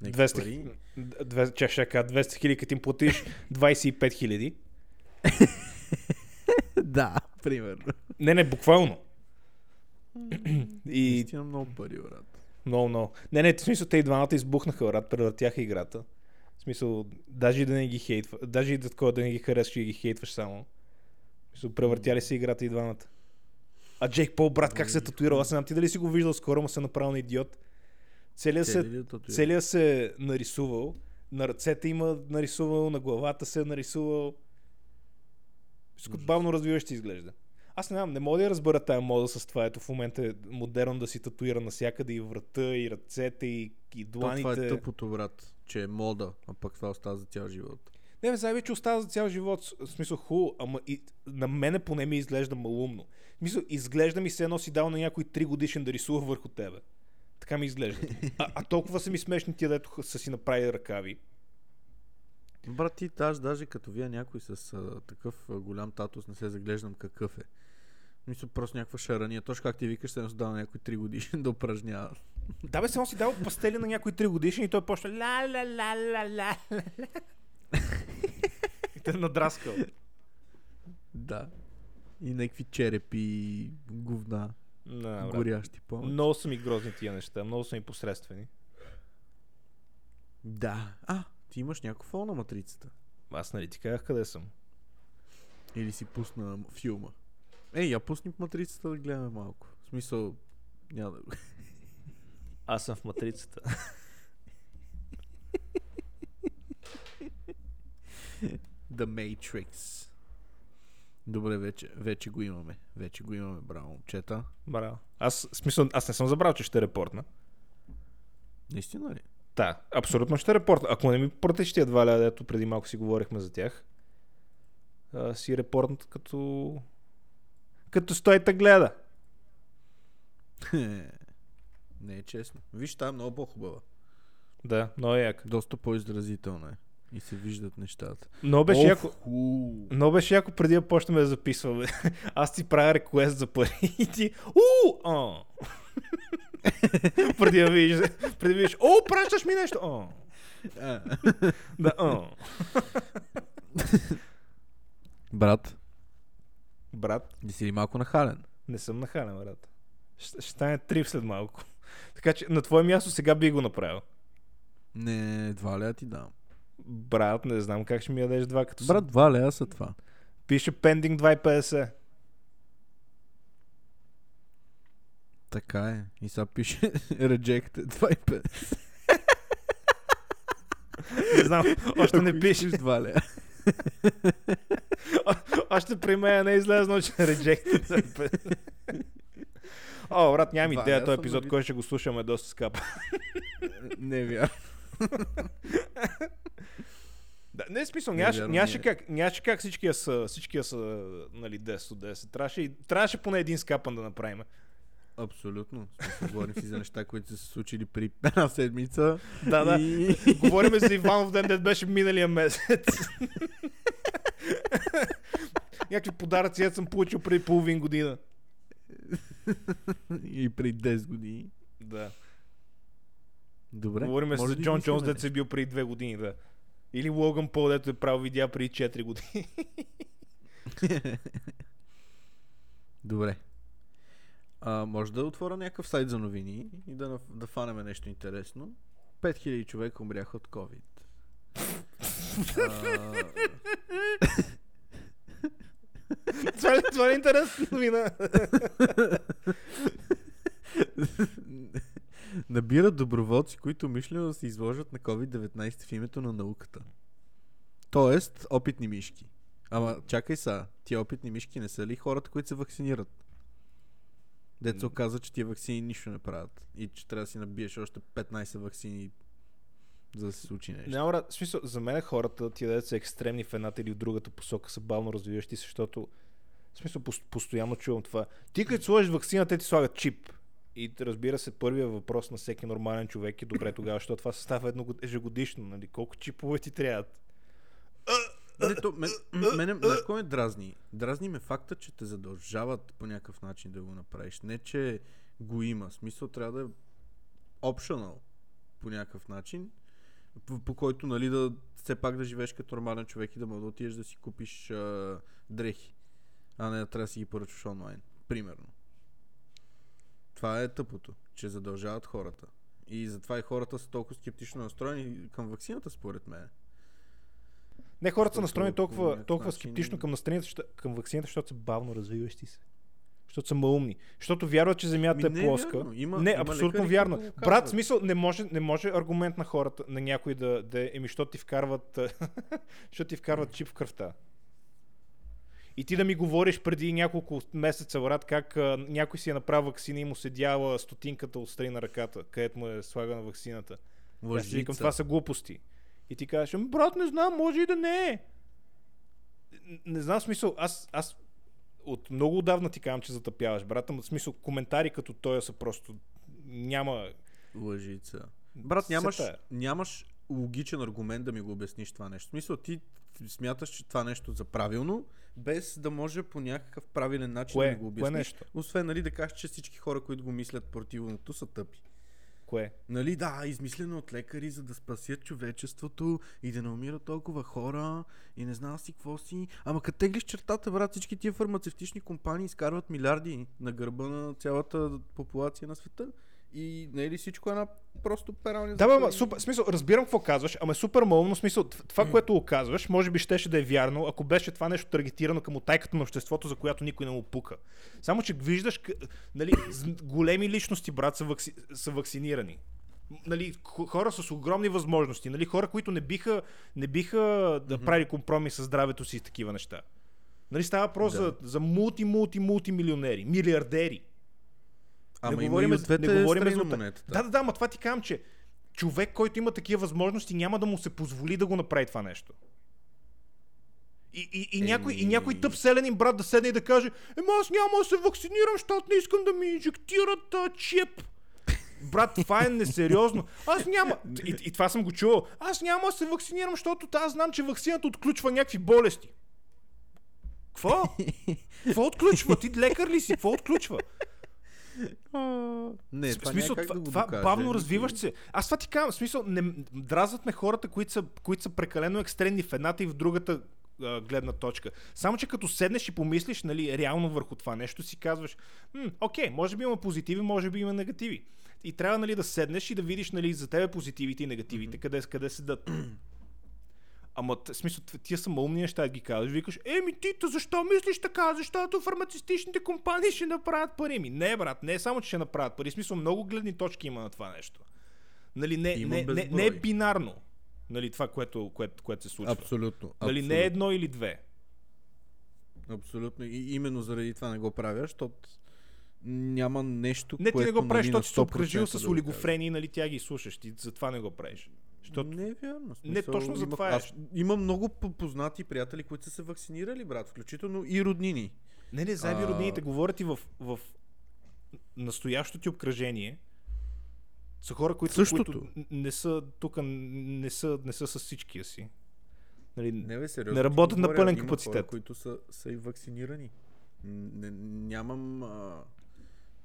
B: някакви
A: 200
B: пари.
A: хиляди. 200, чак ще кажа, 200 хиляди, като им платиш *laughs* 25 хиляди.
B: *laughs* да, примерно.
A: Не, не, буквално. и
B: Истина много пари, брат.
A: много, много. Не, не, в смисъл те и двамата избухнаха, брат, превъртяха играта. В смисъл, даже и да не ги хейтва, даже и да такова да не ги харесваш и ги хейтваш само. В смисъл, превъртяли се играта и двамата. А Джейк Пол, брат, как се е татуирал? Аз не знам ти дали си го виждал, скоро му се е направил на идиот. Целият се,
B: Цели ли е татуировка?
A: целият се е нарисувал, на ръцете има нарисувал, на главата се е нарисувал. Всичко бавно развиващи изглежда. Аз не знам, не мога да я разбера тая мода с това. Ето в момента е модерно да си татуира навсякъде и врата, и ръцете, и, и
B: То,
A: дланите.
B: това е тъпото, брат, че е мода, а пък това остава за цял живот.
A: Не, бе, сега че остава за цял живот. С- В смисъл, хубаво, ама и, на мене поне ми изглежда малумно. В смисъл, изглежда ми се едно си дал на някой 3 годишен да рисува върху тебе. Така ми
B: *laughs*
A: изглежда. А, а толкова са ми смешни тия, дето ха- са си направили ръкави.
B: Брат, ти даже, даже като вие някой с а, такъв а, голям татус, не се заглеждам какъв е. Мисля, просто някаква шарания. Точно как ти викаш, се дал на някой 3 годишен да упражнява.
A: Да, бе, само си дал пастели на някой 3 годишен и той почна ла ла ла ла ла ла И те е надраскал.
B: Да. И някакви черепи, говна,
A: Да, брат.
B: горящи помня.
A: Много са ми грозни тия неща, много са ми посредствени.
B: Да. А, Ти имаш някакъв фон на матрицата.
A: Аз нали ти казах къде съм.
B: Или си пусна м- филма. Ей, я пусни матрицата да гледаме малко. В смисъл, няма да го...
A: Аз съм в матрицата.
B: The Matrix. Добре, вече, вече го имаме. Вече го имаме, браво, момчета.
A: Браво. Аз, в смисъл, аз не съм забрал, че ще репортна.
B: Наистина ли?
A: Да, абсолютно ще репортна. Ако не ми протечи тия два леда, ето преди малко си говорихме за тях, а, си репортнат като... Като стои та гледа.
B: *laughs* Не е честно. Виж, тая е много по-хубава.
A: Да, много е яка.
B: Доста по-изразителна е. И се виждат нещата.
A: Много беше,
B: Оф,
A: яко,
B: ху.
A: много беше яко преди да почнем да записваме. *laughs* Аз ти правя реквест за пари *laughs* и ти... У! О! *laughs* преди да видиш, преди да видиш, о, пращаш ми нещо, о,
B: А.
A: да, о.
B: *laughs* Брат,
A: Брат,
B: не си ли малко нахален?
A: Не съм нахален, брат. Ще, ще стане трип след малко. Така че на твое място сега би го направил.
B: Не, два лея ти дам.
A: Брат, не знам как ще ми ядеш два, като
B: Брат, два лея са това.
A: съм... пише pending 250.
B: Така е. И сега пише *laughs* rejected 25.
A: Не знам, още
B: Ако
A: не пише.
B: искаш два лея.
A: О- *laughs* Още при мен не е излезнало, че rejected 250. О, брат, нямам
B: Валя,
A: идея, този
B: съм
A: епизод,
B: навид.
A: който ще го слушаме е доста скъп.
B: *laughs*
A: *laughs*
B: Не вярвам.
A: Да, не е смисъл, нямаше,
B: Невярно
A: нямаше,
B: ми е.
A: как, нямаше как всичкия са, всичкия са нали, 10 от 10. Трябваше, и- трябваше поне един скапан да направим.
B: Абсолютно. В смисъл, Говорим си за неща, които са се случили при една седмица.
A: Да, да.
B: И... *laughs*
A: Говориме за Иванов ден, дед беше миналия месец. *laughs* Някакви подаръци аз съм получил преди половин година.
B: и при 10 години.
A: Да.
B: Добре.
A: Говориме
B: може
A: за
B: да нали?
A: Джон
B: измислим
A: Джонс, дето
B: нещо.
A: се бил преди две години, да. Или Логан Пол, дето е правил видеа преди 4 години.
B: Добре. А, може да отворя някакъв сайт за новини и да, наф- да фанеме нещо интересно. 5000 човека умряха
A: *laughs*
B: от COVID. а,
A: това, ли, това ли е интересна новина?
B: *laughs* Набират доброволци, които мишлено да се изложат на COVID-19 в името на науката. Тоест, опитни мишки. Ама чакай са, тия опитни мишки не са ли хората, които се вакцинират? Деца оказа, че тия вакцини нищо не правят. И че трябва да си набиеш още 15 вакцини, за да се случи нещо.
A: Няма брат, в смисъл, за мен хората, тия деца са екстремни в едната или в другата посока, са бавно развиващи, се, защото в смисъл, пос- постоянно чувам това. Ти като сложиш вакцина, те ти слагат чип. И разбира се, първият въпрос на всеки нормален човек е добре тогава, защото това се става едно ежегодишно, нали? Колко чипове ти трябват?
B: Не, то, мен, м- мене, знаеш кой ме дразни? Дразни ме факта, че те задължават по някакъв начин да го направиш. Не, че го има. Смисъл трябва да е optional по някакъв начин, по, по който, нали, да все пак да живееш като нормален човек и да мога да отидеш да си купиш а, дрехи, а не да трябва да си ги поръчаш онлайн. Примерно. Това е тъпото, че задължават хората. И затова и хората са толкова скептично настроени към вакцината, според мен.
A: Не, хората са
B: Защото
A: настроени
B: по
A: толкова,
B: някакъв
A: толкова
B: начин-
A: скептично към, настроението, щ- към вакцината, защото са бавно развиващи се. Защото са малумни. Защото вярват, че земята
B: Ми,
A: е
B: не е
A: плоска.
B: вярно. Има-
A: не,
B: има
A: абсолютно
B: лекари,
A: вярно.
B: които го
A: Брат,
B: казват.
A: в смисъл, не може, не може аргумент на хората, на някой да, да е, еми, защото ти вкарват, *laughs* защото ти вкарват чип в кръвта. И ти да ми говориш преди няколко месеца, брат, как а, някой си е направил вакцина и му седяла стотинката отстрани на ръката, където му е слагана вакцината. Аз си викам, това са глупости. И ти кажеш, «Ами, брат, не знам, може и да не е. Н- Не знам в смисъл, аз, аз от много отдавна ти казвам, че затъпяваш, брат, ама в смисъл коментари като този са просто няма...
B: Лъжица. Брат, нямаш,
A: Сета е.
B: нямаш логичен аргумент да ми го обясниш това нещо. В смисъл, ти смяташ, че това нещо за правилно, без да може по някакъв правилен начин
A: Кое?
B: да ми го
A: Кое
B: обясниш.
A: нещо?
B: Освен, нали, да кажеш, че всички хора, които го мислят противното, са тъпи.
A: Кое?
B: Нали, да, измислено от лекари, за да спасят човечеството и да не умират толкова хора и не знам си какво си. Ама като теглиш чертата, брат, всички тия фармацевтични компании изкарват милиарди на гърба на цялата популация на света. И не е ли всичко една просто пералня?
A: Да, бе,
B: за
A: ама,
B: пари?
A: супер, смисъл, разбирам какво казваш, ама е супер малумно, смисъл, т- това, което го казваш, може би щеше да е вярно, ако беше това нещо таргетирано към отайката на обществото, за която никой не му пука. Само, че виждаш, к- нали, з- големи личности, брат, са, вакци... са вакцинирани. М, Нали, хо- хора с огромни възможности, нали, хора, които не биха, не биха да правили компромис с здравето си и такива неща. Нали, става въпрос
B: Да.
A: за, за мулти, мулти, мулти милионери, милиардери.
B: Ама
A: не
B: има
A: говорим,
B: и от двете
A: не говорим
B: страни
A: за
B: на монетата.
A: Да, да, да, ама това ти казвам, че човек, който има такива възможности, няма да му се позволи да го направи това нещо. И, и, и, някой, и някой тъп селенин брат да седне и да каже Ема аз няма да се вакцинирам, защото не искам да ми инжектират а, чип. Брат, това е несериозно. Аз няма... И, и това съм го чувал. Аз няма да се вакцинирам, защото аз знам, че вакцината отключва някакви болести. Кво? Кво отключва? Ти лекар ли си? Кво отключва?
B: Не,
A: В
B: това
A: смисъл,
B: няма как
A: това,
B: да го
A: това
B: докажем.
A: бавно развиваш се. Аз това ти казвам, в смисъл, не, м- дразнат ме хората, които са, които са прекалено екстремни в едната и в другата а, гледна точка. Само, че като седнеш и помислиш, нали, реално върху това нещо, си казваш, «М, окей, може би има позитиви, може би има негативи. И трябва, нали, да седнеш и да видиш, нали, за тебе позитивите и негативите, къде, къде седат. Ама, т- в смисъл, т- тия са малумни неща, ги казваш. Викаш, еми ти, та защо мислиш така? Защото фармацевтичните компании ще направят пари. Ми, не, брат, не е само, че ще направят пари. В смисъл, много гледни точки има на това нещо. Нали, не,
B: Има
A: не, не,
B: безброй.
A: не е бинарно. Нали, това, което, което, което се случва.
B: Абсолютно.
A: Нали, не е едно или две.
B: Абсолютно. И именно заради това не го правя, защото няма нещо,
A: Не, ти
B: което,
A: не го правиш,
B: нали, на
A: защото си се
B: 100%
A: обкръжил
B: да
A: с
B: го
A: олигофрени, нали, тя ги слушаш. Ти затова не го правиш.
B: кажа.
A: Защото
B: Не е вярно. Смисъл,
A: Не, точно за
B: има-
A: това е.
B: Аз имам много п- познати приятели, които са се вакцинирали, брат, включително и роднини.
A: Не, не, заеби
B: А-
A: роднините, говорят и в, в настоящото ти обкръжение са хора, които,
B: Същото.
A: които н- не са тук, не са, не са с всичкия си. Нали,
B: Не, бе, сериозно.
A: Не
B: ти
A: работят на
B: говоря,
A: пълен
B: има
A: капацитет.
B: Хора, които са, са и вакцинирани. М, Не, нямам... А...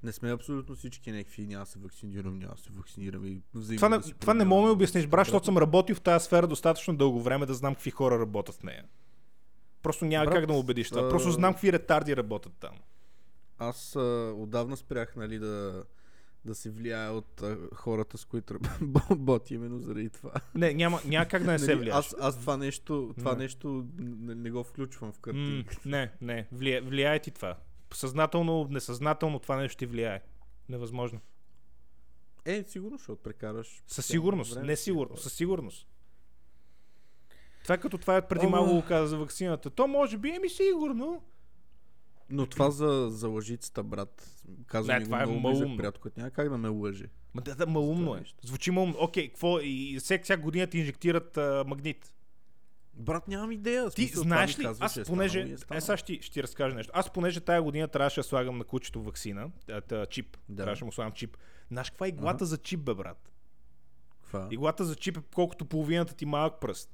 B: Не сме абсолютно всички някакви, няма да се вакцинирам, няма да се вакцинирам. И
A: това,
B: взаимно
A: не,
B: да си
A: това не
B: проверяваме.
A: мога да ми обясниш, брат, защото съм работил в тази сфера достатъчно дълго време да знам какви хора работят в нея. Просто няма
B: Брат,
A: как да му убедиш това.
B: а-
A: Просто знам какви ретарди работят там.
B: Аз а, отдавна спрях, нали, да, да се влияя от а, хората, с които *laughs* работи, именно заради това.
A: Не, няма, няма как
B: *laughs*
A: да не се
B: Нали,
A: влияеш.
B: аз, аз това нещо, това
A: Да.
B: нещо не, не го включвам в
A: М,
B: картинка.
A: не, не, влия, влияе ти това. Съзнателно, несъзнателно това нещо ти влияе. Невъзможно.
B: Е, сигурно ще прекараш.
A: Със сигурност, не
B: е
A: сигурно, със сигурност. Това като това е преди малко
B: Ама-
A: го каза за вакцината. То може би, еми сигурно.
B: Но това за, за лъжицата, брат, казва
A: Не,
B: ми
A: това е
B: го много близък
A: малумно.
B: приятел, който няма как да ме лъже.
A: Ма да, да, малумно е.
B: нещо.
A: Звучи малумно. Окей, какво? е? И и всяк, всяка година ти инжектират а, магнит.
B: Брат, нямам идея. в
A: Ти
B: смисъл, това
A: знаеш
B: ми
A: ли,
B: казваше,
A: аз
B: е станало
A: понеже...
B: и е
A: е,
B: станало.
A: сега ще, ти- ще ти разкажа нещо. Аз понеже тая година трябваше да слагам на кучето вакцина, а, та, чип.
B: Да.
A: Трябваше да му слагам чип. Знаеш каква е иглата за чип, бе, брат?
B: Каква? *laughs*
A: Иглата за чип е колкото половината ти малък пръст.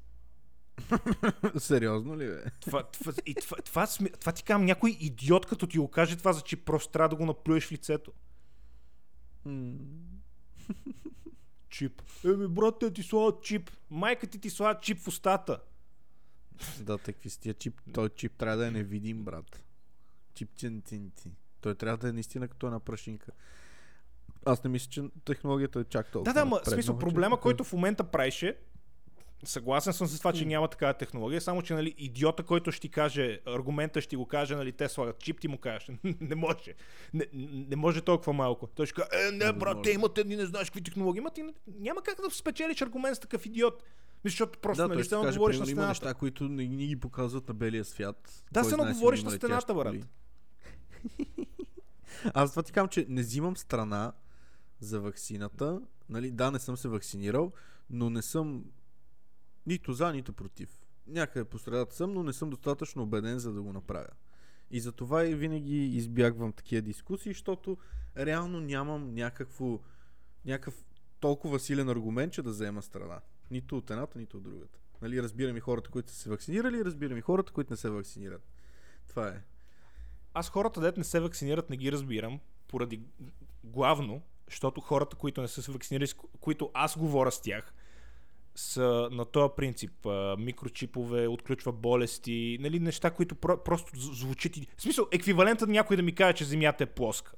B: Сериозно ли, бе?
A: Това, това, и това, това, сме, това ти казвам, някой идиот, като ти го каже това, за чип, просто трябва да го наплюеш в лицето. чип. Еми, брат, те ти слагат чип. Майка ти ти слага чип в устата.
B: Да, такви с тия чип. Той чип трябва да е невидим, брат. Чипчен тинти. Той трябва да е наистина като една прашинка. Аз не мисля, че технологията е чак толкова.
A: Да, да, ма,
B: напреднала,
A: смисъл,
B: че
A: проблема,
B: така-
A: който в момента правише, съгласен съм с това, че няма такава технология, само че, нали, идиота, който ще ти каже, аргумента ще ти го каже, нали, те слагат чип, ти му кажеш, *laughs* не може, не, не може толкова малко. Той ще каже, е, не, брат,
B: Невъзможно.
A: те имат едни, не знаеш какви технологии имат и няма как да спечелиш аргумент с такъв идиот. Защото просто,
B: Да,
A: нали,
B: той ще
A: само
B: каже,
A: говориш на
B: примерно има
A: стената.
B: неща, които не ни ги показват на белия свят.
A: Да,
B: Кой
A: се едно
B: знае, сигурно
A: говориш на
B: има
A: стената,
B: летящи
A: брат.
B: коли. Аз това ти казвам, че не взимам страна за ваксината. Нали, да, не съм се вакцинирал, но не съм нито за, нито против. Някъде по средата съм, но не съм достатъчно убеден, за да го направя. И затова и винаги избягвам такива дискусии, защото реално нямам някакво, някакъв толкова силен аргумент, че да заема страна. Нито от едната, нито от другата. Нали, разбирам и хората, които са се вакцинирали, разбирам и хората, които не се вакцинират. Това е.
A: Аз хората, дет не се вакцинират, не ги разбирам, поради главно, защото хората, които не са се вакцинирали, с ко- които аз говоря с тях, са на този принцип. а, Микрочипове, отключва болести, нали, неща, които про- просто з- звучат. и- В смисъл, еквивалентът някой да ми каже, че Земята е плоска.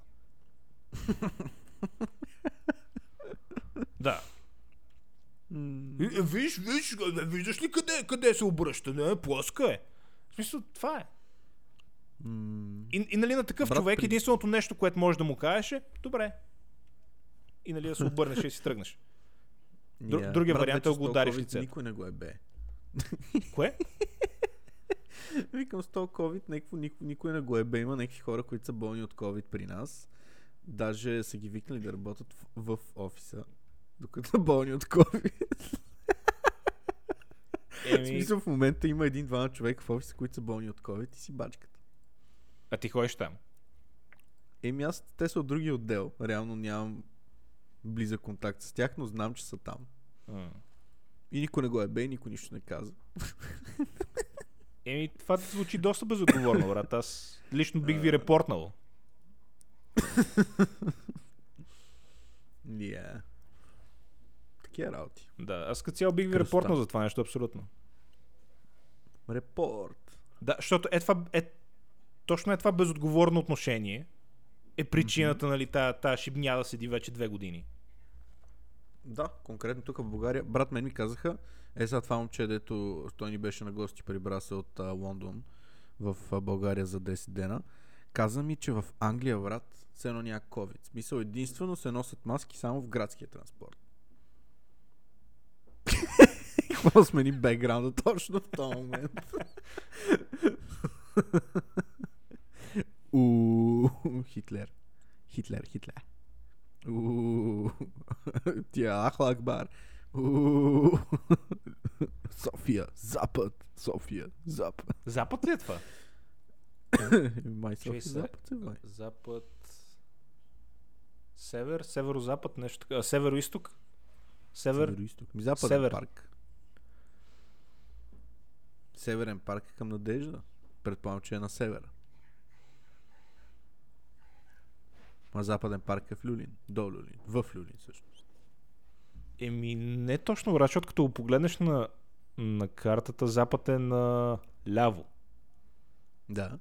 A: Да. Е, Виж, виж, е, виждаш ли къде, къде се обръща? Не, плоска е. В смисъл, това е.
B: М,
A: И, и нали на такъв
B: Брат,
A: Брат, човек
B: при-
A: единственото нещо, което може да му кажеш е, добре. И нали да се обърнеш и си тръгнеш. Дру-
B: я.
A: другия
B: Брат,
A: вариант е
B: вече
A: да го
B: с този
A: удариш в
B: COVID
A: лицето.
B: Никой не го е бе. *laughs*
A: Кое?
B: Викам, с този COVID някакво, никой, никой не го е бе. Има някакви хора, които са болни от COVID при нас. Даже са ги викнали да работят в, в офиса, докато са болни от COVID. *laughs* В
A: Еми,
B: смисъл в момента има един-два човека в офиса, които са болни от COVID и си бачкат.
A: а ти ходиш там.
B: Еми аз, те са от другия отдел. Реално нямам близък контакт с тях, но знам, че са там.
A: М.
B: И никой не го е бе, и никой нищо не каза.
A: Еми, това звучи доста безотговорно, брат. Аз лично бих ви репортнал.
B: Yeah. Такива работи.
A: Да, аз като цяло бих ви
B: Красота.
A: репортнал за това нещо, абсолютно.
B: Репорт.
A: Да, защото е това, е, точно е това безотговорно отношение е причината, нали, тая, тая шибня да седи вече две години.
B: Да, конкретно тук в България. Брат мен ми казаха, е сега това момче, дето той ни беше на гости при Браса от а, Лондон в а, България за 10 дена. Каза ми, че в Англия, брат, се едно няма COVID. В Смисъл единствено се носят маски само в градския транспорт. *laughs* Какво смени бекграунда точно в този момент? *laughs* У Хитлер. Хитлер, Хитлер. Уу, *laughs* Тя Ахла Акбар. Уу, *laughs* София, Запад, София, Запад. *laughs*
A: Запад ли е това?
B: Май София,
A: сега.
B: Запад се май.
A: Запад... Север? Северо-запад? Нещо така. Северо-исток? Север?
B: Североизток. Ми Западен
A: Север.
B: парк. Северен парк е към Надежда. Предполагам, че е на севера. А Западен парк е в Люлин. До Люлин. В Люлин също.
A: Еми, не точно, брат, защото като го погледнеш на, на картата, запад е на ляво.
B: Да.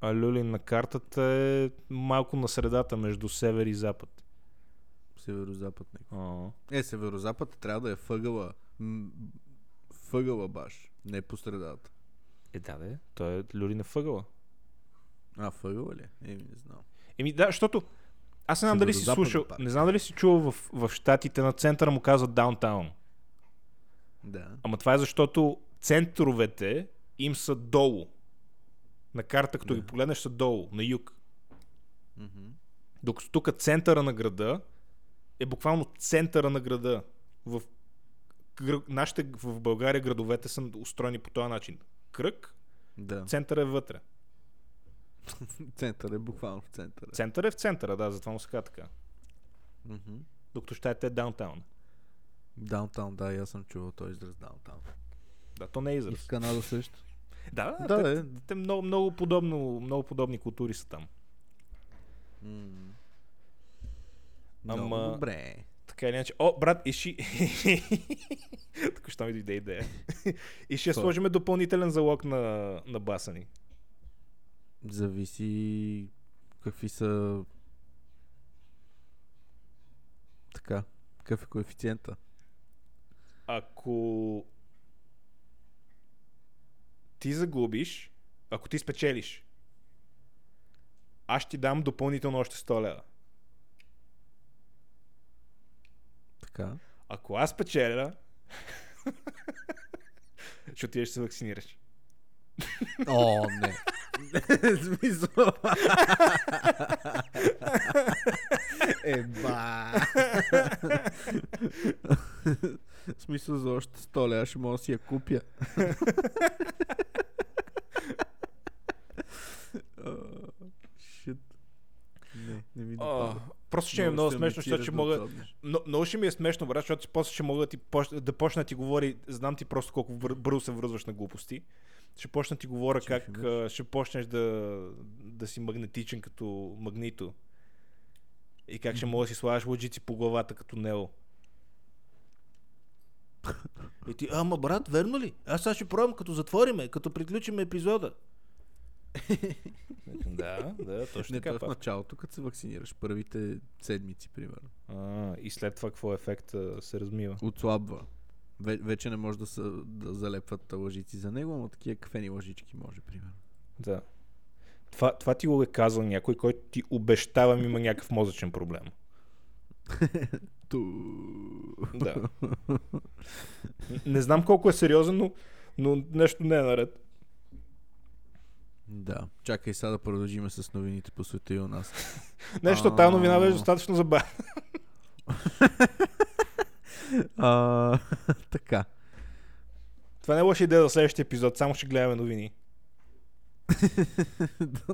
A: А Люлин на картата е малко на средата между север и запад.
B: Северо-запад не.
A: А,
B: Е, северо-запад трябва да е въгъла. м, Въгъла баш. Не по средата.
A: е, да, да. Той е Люлин е въгъла.
B: А, въгъла ли? е? Еми, не знам.
A: Еми, да, защото аз не знам дали си
B: Северозападен
A: слушал,
B: парк.
A: не знам дали си чувал в, в Штатите, на центъра му казват даунтаун.
B: Да.
A: Ама това е защото центровете им са долу. На карта, като ги погледнеш, са долу, на юг.
B: Мгм.
A: Докато тук центъра на града е буквално центъра на града. В кръг, нашите в България градовете са устроени по този начин. Кръг,
B: Да. *laughs*
A: центъра е вътре.
B: Център е буквално в центъра.
A: Център е в центъра, да, затова му се казва така.
B: Мгм.
A: Докато щатите е даунтаун.
B: Даунтаун, да, и аз съм чувал този израз даунтаун.
A: Да, то не е
B: И в
A: израз.
B: Канада също.
A: Да, да,
B: Да,
A: те,
B: е.
A: те много, много, подобно, много подобни култури са там.
B: М.
A: Ама-
B: Много добре.
A: Така или иначе. О, брат, и *laughs* ще... Току-що ми дойде идея. и ще
B: Какво?
A: сложим допълнителен залог на, на баса ни.
B: Зависи какви са... Така. Какъв е коефициента?
A: Ако ти загубиш, ако ти спечелиш, аз ще ти дам допълнително още 100 лева.
B: Така.
A: Ако аз печеля, *laughs* ще отидеш да се вакцинираш.
B: О, *laughs* не.
A: *laughs*
B: Смисъл. Еба. В смисъл за още 100 лева ще мога да си
A: *laughs*
B: я купя. Шит. Не, не ми
A: О,
B: допада.
A: просто ще ми е много
B: се
A: смешно, защото
B: амбицираш
A: ще
B: да
A: мога
B: отслабнеш.
A: Но, много ще ми е смешно, брат, защото после ще мога да, ти, поч- да почна да ти говори, знам ти просто колко бър- бързо се връзваш на глупости. Ще почна да ти говоря
B: Ще
A: как
B: имаш.
A: а, ще почнеш да, да си магнетичен като магнито. И как ще мога да си слагаш лъжици по главата като Нео.
B: *laughs*
A: И ти, ама брат, верно ли? Аз сега ще пробвам, като затвориме, като приключим епизода. Викам, Да, да, точно
B: Не,
A: така.
B: той в
A: пак.
B: началото, като се вакцинираш, първите седмици, примерно.
A: А, и след това какво ефект а, се размива?
B: Отслабва. Ве, вече не може да, са, да залепват лъжици за него, но такива кафени лъжички може, примерно.
A: Да. Това, това ти го е казал някой, който ти обещавам има някакъв мозъчен проблем.
B: Ту...
A: Да. Н- Не знам колко е сериозен, но, но нещо не е наред.
B: Да. Чакай сега да продължиме с новините по света и у нас.
A: Нещо, тази новина
B: А.
A: беше достатъчно забавна.
B: А, *laughs* така.
A: Това не е лоша идея за следващия епизод, само ще гледаме новини.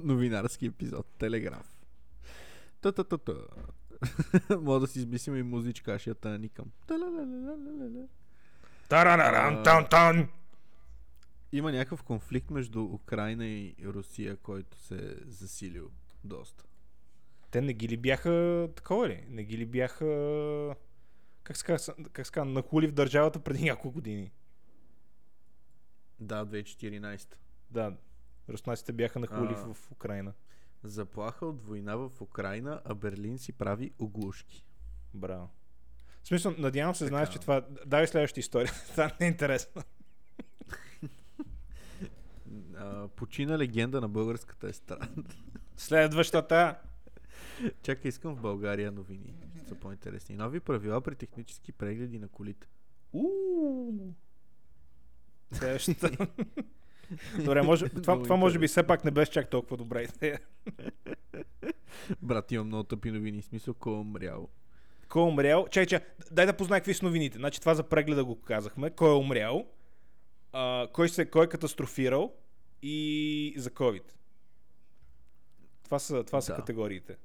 B: Новинарски епизод. Телеграф. *laughs* Та-та-та-та. Мога да си измислим и музичка, аз ще я тая никам. Та-ла-ла-ла-ла-ла-ла.
A: Таранаран,
B: А.
A: тан, тан.
B: Има някакъв конфликт между Украина и Русия, който се е засилил доста.
A: Те не ги ли бяха такова ли? Не ги ли бяха как се казва, как се казва, нахули в държавата преди няколко години?
B: Да, 2014.
A: Да, руснаците бяха нахули
B: А.
A: в Украина.
B: Заплаха от война в Украина, а Берлин си прави оглушки.
A: Браво. В смисъл, надявам се, знаеш,
B: Така.
A: че това... Давай следващата история. *laughs* Това не е интересно.
B: А, почина легенда на българската естрада.
A: Следващата.
B: *laughs* Чакай, искам в България новини. Ще са по-интересни. Нови правила при технически прегледи на колите. *laughs*
A: Уу. *laughs* Следващата. Добре, може, това,
B: Много
A: това може би
B: интересно.
A: все пак не беше чак толкова добра идея.
B: Брат, имам много тъпи новини. Смисъл, кой е умрял.
A: Кой е умрял? Чай, чай, дай да познай какви са новините. Значи това за прегледа го казахме. Кой е умрял? А, кой, се, кой е катастрофирал? И за COVID. Това са, това са
B: Да.
A: категориите.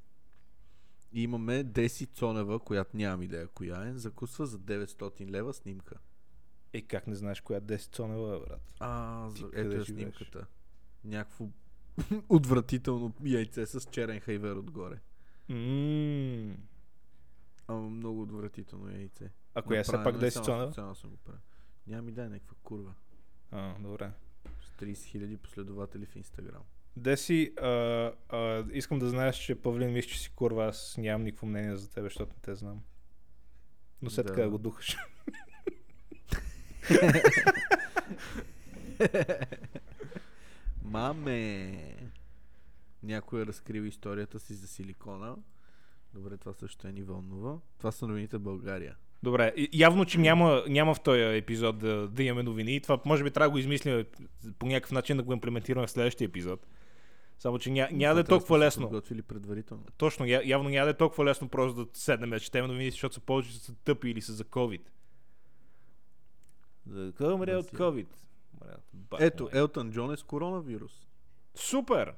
B: И имаме Деси Цонева, която нямам идея коя е, закусва за 900 лева снимка.
A: Е, как не знаеш коя 10 цонева е, брат?
B: А,
A: Ти
B: за...
A: къде
B: ето е
A: живееш?
B: снимката. Някакво *laughs* отвратително яйце с черен хайвер отгоре.
A: М.
B: Ама много отвратително яйце.
A: А коя е все пак 10
B: Направено нали, само
A: цонева?
B: специално съм го правил. Нямам идея, някаква курва.
A: А, добре.
B: С 30 000 последователи
A: *laughs*
B: в Инстаграм.
A: Деси, а, а, искам да знаеш, че Павлин мисля, че си курва. Аз нямам никакво мнение за тебе, защото не те знам. Но след
B: Да.
A: така да го духаш. *laughs*
B: Маме! Някой е разкрил историята си за силикона. Добре, това също е ни вълнува. Това са новините в България.
A: Добре, и- явно, че няма, няма в този епизод да, да имаме новини. И това може би трябва да го измислим по някакъв начин да го имплементираме в следващия епизод. Само, че ня, няма да е
B: Това трябва
A: толкова
B: сме се
A: лесно.
B: Подготвили предварително.
A: Точно, я- явно няма да е толкова лесно просто да седнем да четем новини, защото са повече са тъпи или са за COVID. За кой умре от
B: си.
A: COVID? Брат, бах
B: Ето,
A: му е.
B: Елтън Джон е с коронавирус.
A: Супер!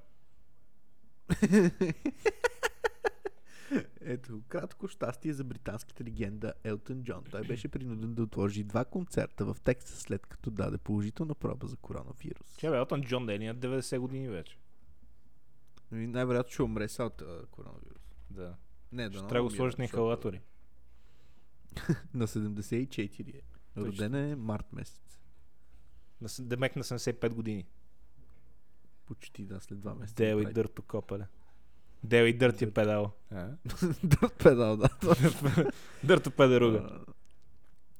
B: Ето, кратко щастие за британската легенда Елтън Джон. Той беше принуден да отложи два концерта в Тексас, след като даде положителна проба за коронавирус.
A: Тя бе, Елтън Джон да е ли на 90 години вече.
B: Ами, Най-вероятно ще умре сега от а, коронавирус.
A: Да.
B: Не,
A: Ще
B: дано
A: трябва да го
B: умира,
A: сложат на
B: е, защото
A: инхалатори.
B: На 74 е. Роден е март месец.
A: На с- Демек на 75 години.
B: Почти да, след два месеца.
A: Дел и
B: прави.
A: дърто копале. Дел и дърт е педал.
B: *laughs* Дърт педал, да.
A: Дърто педеруга.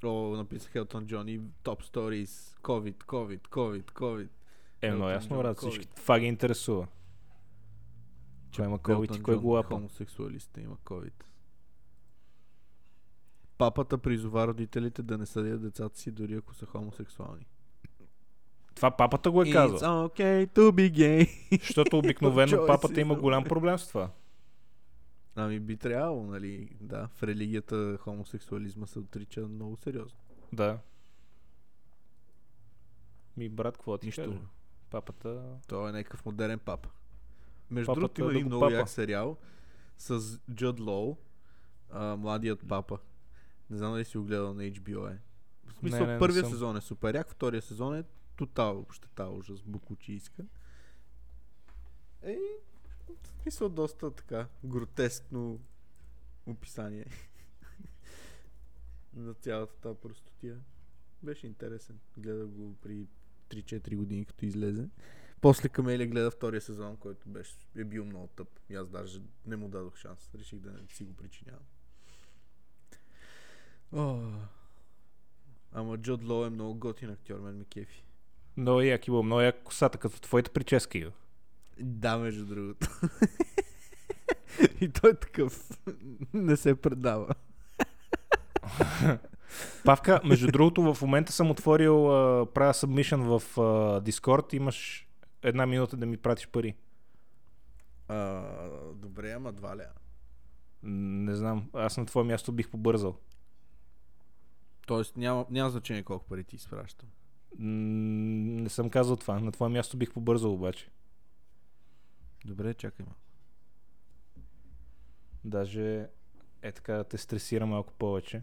B: А, О, написах Елтон Джон и топ сторис. COVID, COVID, COVID, COVID.
A: Е, много
B: Елтън
A: ясно,
B: Джон
A: брат.
B: COVID.
A: Всички това ги интересува. Че има COVID и
B: Елтън
A: кой
B: Джон,
A: го лапа.
B: Хомосексуалиста има COVID. Папата призова родителите да не съдят децата си, дори ако са хомосексуални.
A: Това папата го е казал.
B: It's okay to be gay.
A: Защото обикновено
B: Джой
A: папата
B: си
A: има
B: за-
A: голям проблем с това.
B: Ами би трябвало, нали? Да, в религията хомосексуализма се отрича много сериозно.
A: Да. Ми, брат, какво ти
B: Нищо.
A: Нищо. Папата...
B: Той е някакъв модерен папа. Между
A: Папата
B: другото, има
A: е да
B: един
A: го
B: много
A: папа.
B: як сериал с Джуд Лоу, а, младият папа. Не знам дали си го гледал на HBO е. В смисъл,
A: Не, не, не
B: първия
A: съм.
B: сезон е супер як, втория сезон е тотал общета ужас, букучийска. Е, в смисъл доста така гротескно описание *laughs* на цялата тази простотия. Беше интересен. Гледах го при 3-4 години, като излезе. После Камелия гледа втория сезон, който беше, е бил много тъп. И аз даже не му дадох шанс. Реших да не си го причинявам. О, ама Джод Лоу е много готин актьор, мен ми кефи.
A: Много як има, много як косата, като твоите прически.
B: Да, между другото. *laughs* И той е такъв. *laughs* не се предава.
A: Павка, между другото, в момента съм отворил, а, правя submission в а, Discord, имаш една минута да ми пратиш пари.
B: А, добре, ама два ля.
A: Не знам, аз на твое място бих побързал.
B: Тоест няма, няма значение колко пари ти изпращам.
A: М, Не съм казал това, на твое място бих побързал обаче.
B: Добре, чакай малко.
A: Даже е така да те стресира малко повече.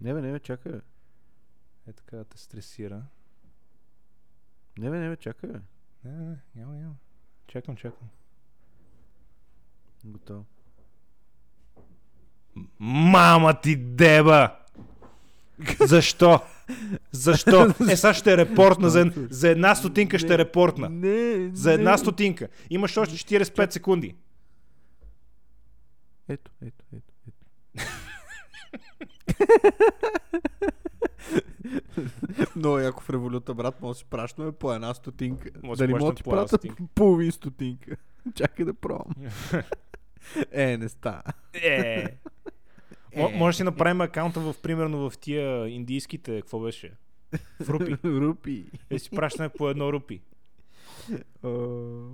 B: Не бе, не бе, чакай бе.
A: Е така да те стресира.
B: Не бе, не бе, чакай бе.
A: Не, не, не, няма, няма. Чакам, чакам.
B: Готово.
A: Мама ти деба! Защо? Защо? Е, сега ще репортна. За, ед- за една стотинка ще репортна.
B: Не,
A: За
B: не.
A: една стотинка. Имаш още 45 секунди.
B: Ето, ето, ето, ето. Но ако в революта, брат, може да си пращаме по една стотинка.
A: Може да
B: Дали
A: плащаме
B: мога да ти
A: по една
B: прата
A: стотинка.
B: половин стотинка? *laughs* Чакай
A: *laughs*
B: да пробвам. е, не ста. *laughs*
A: Е. М- може да си направим акаунта в, примерно, в тия индийските, какво беше? В рупи.
B: Рупи.
A: Е, си пращаме по едно рупи.
B: О,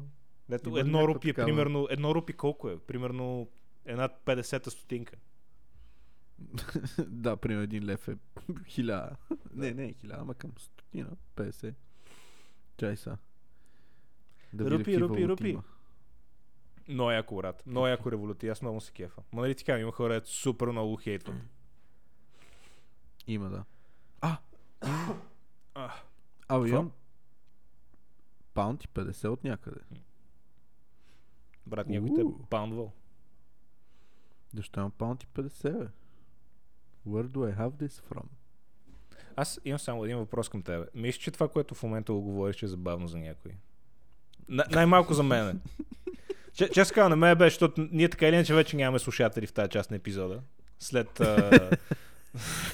A: Дето
B: Има ли
A: едно
B: някаква
A: рупи е
B: такава?
A: примерно... Едно рупи колко е? Примерно една 50-та стотинка.
B: да, примерно един лев е *laughs* хиляда. не, не е хиляда, ама към стотина. 50. Чай са. Да видя
A: Рупи,
B: какви
A: рупи,
B: валути
A: рупи.
B: има.
A: Много е яко, брат. Много яко революция. Аз много се кефа. Ма нали така, има хора, дето супер много го хейтват.
B: Има, да. А! имам.
A: А.
B: Абе,
A: Какво?
B: имам паунд и 50 от някъде.
A: Брат, някой те е
B: Уу.
A: паундвал.
B: Защо имам паунд и 50, бе? Where do I have this from?
A: Аз имам само един въпрос към тебе. Мислиш, че това, което в момента го говориш, е забавно за някой? На, най-малко за мен. Че, честно казвам, на мен беше, защото ние така или иначе вече нямаме слушатели в тази част на епизода. След... А...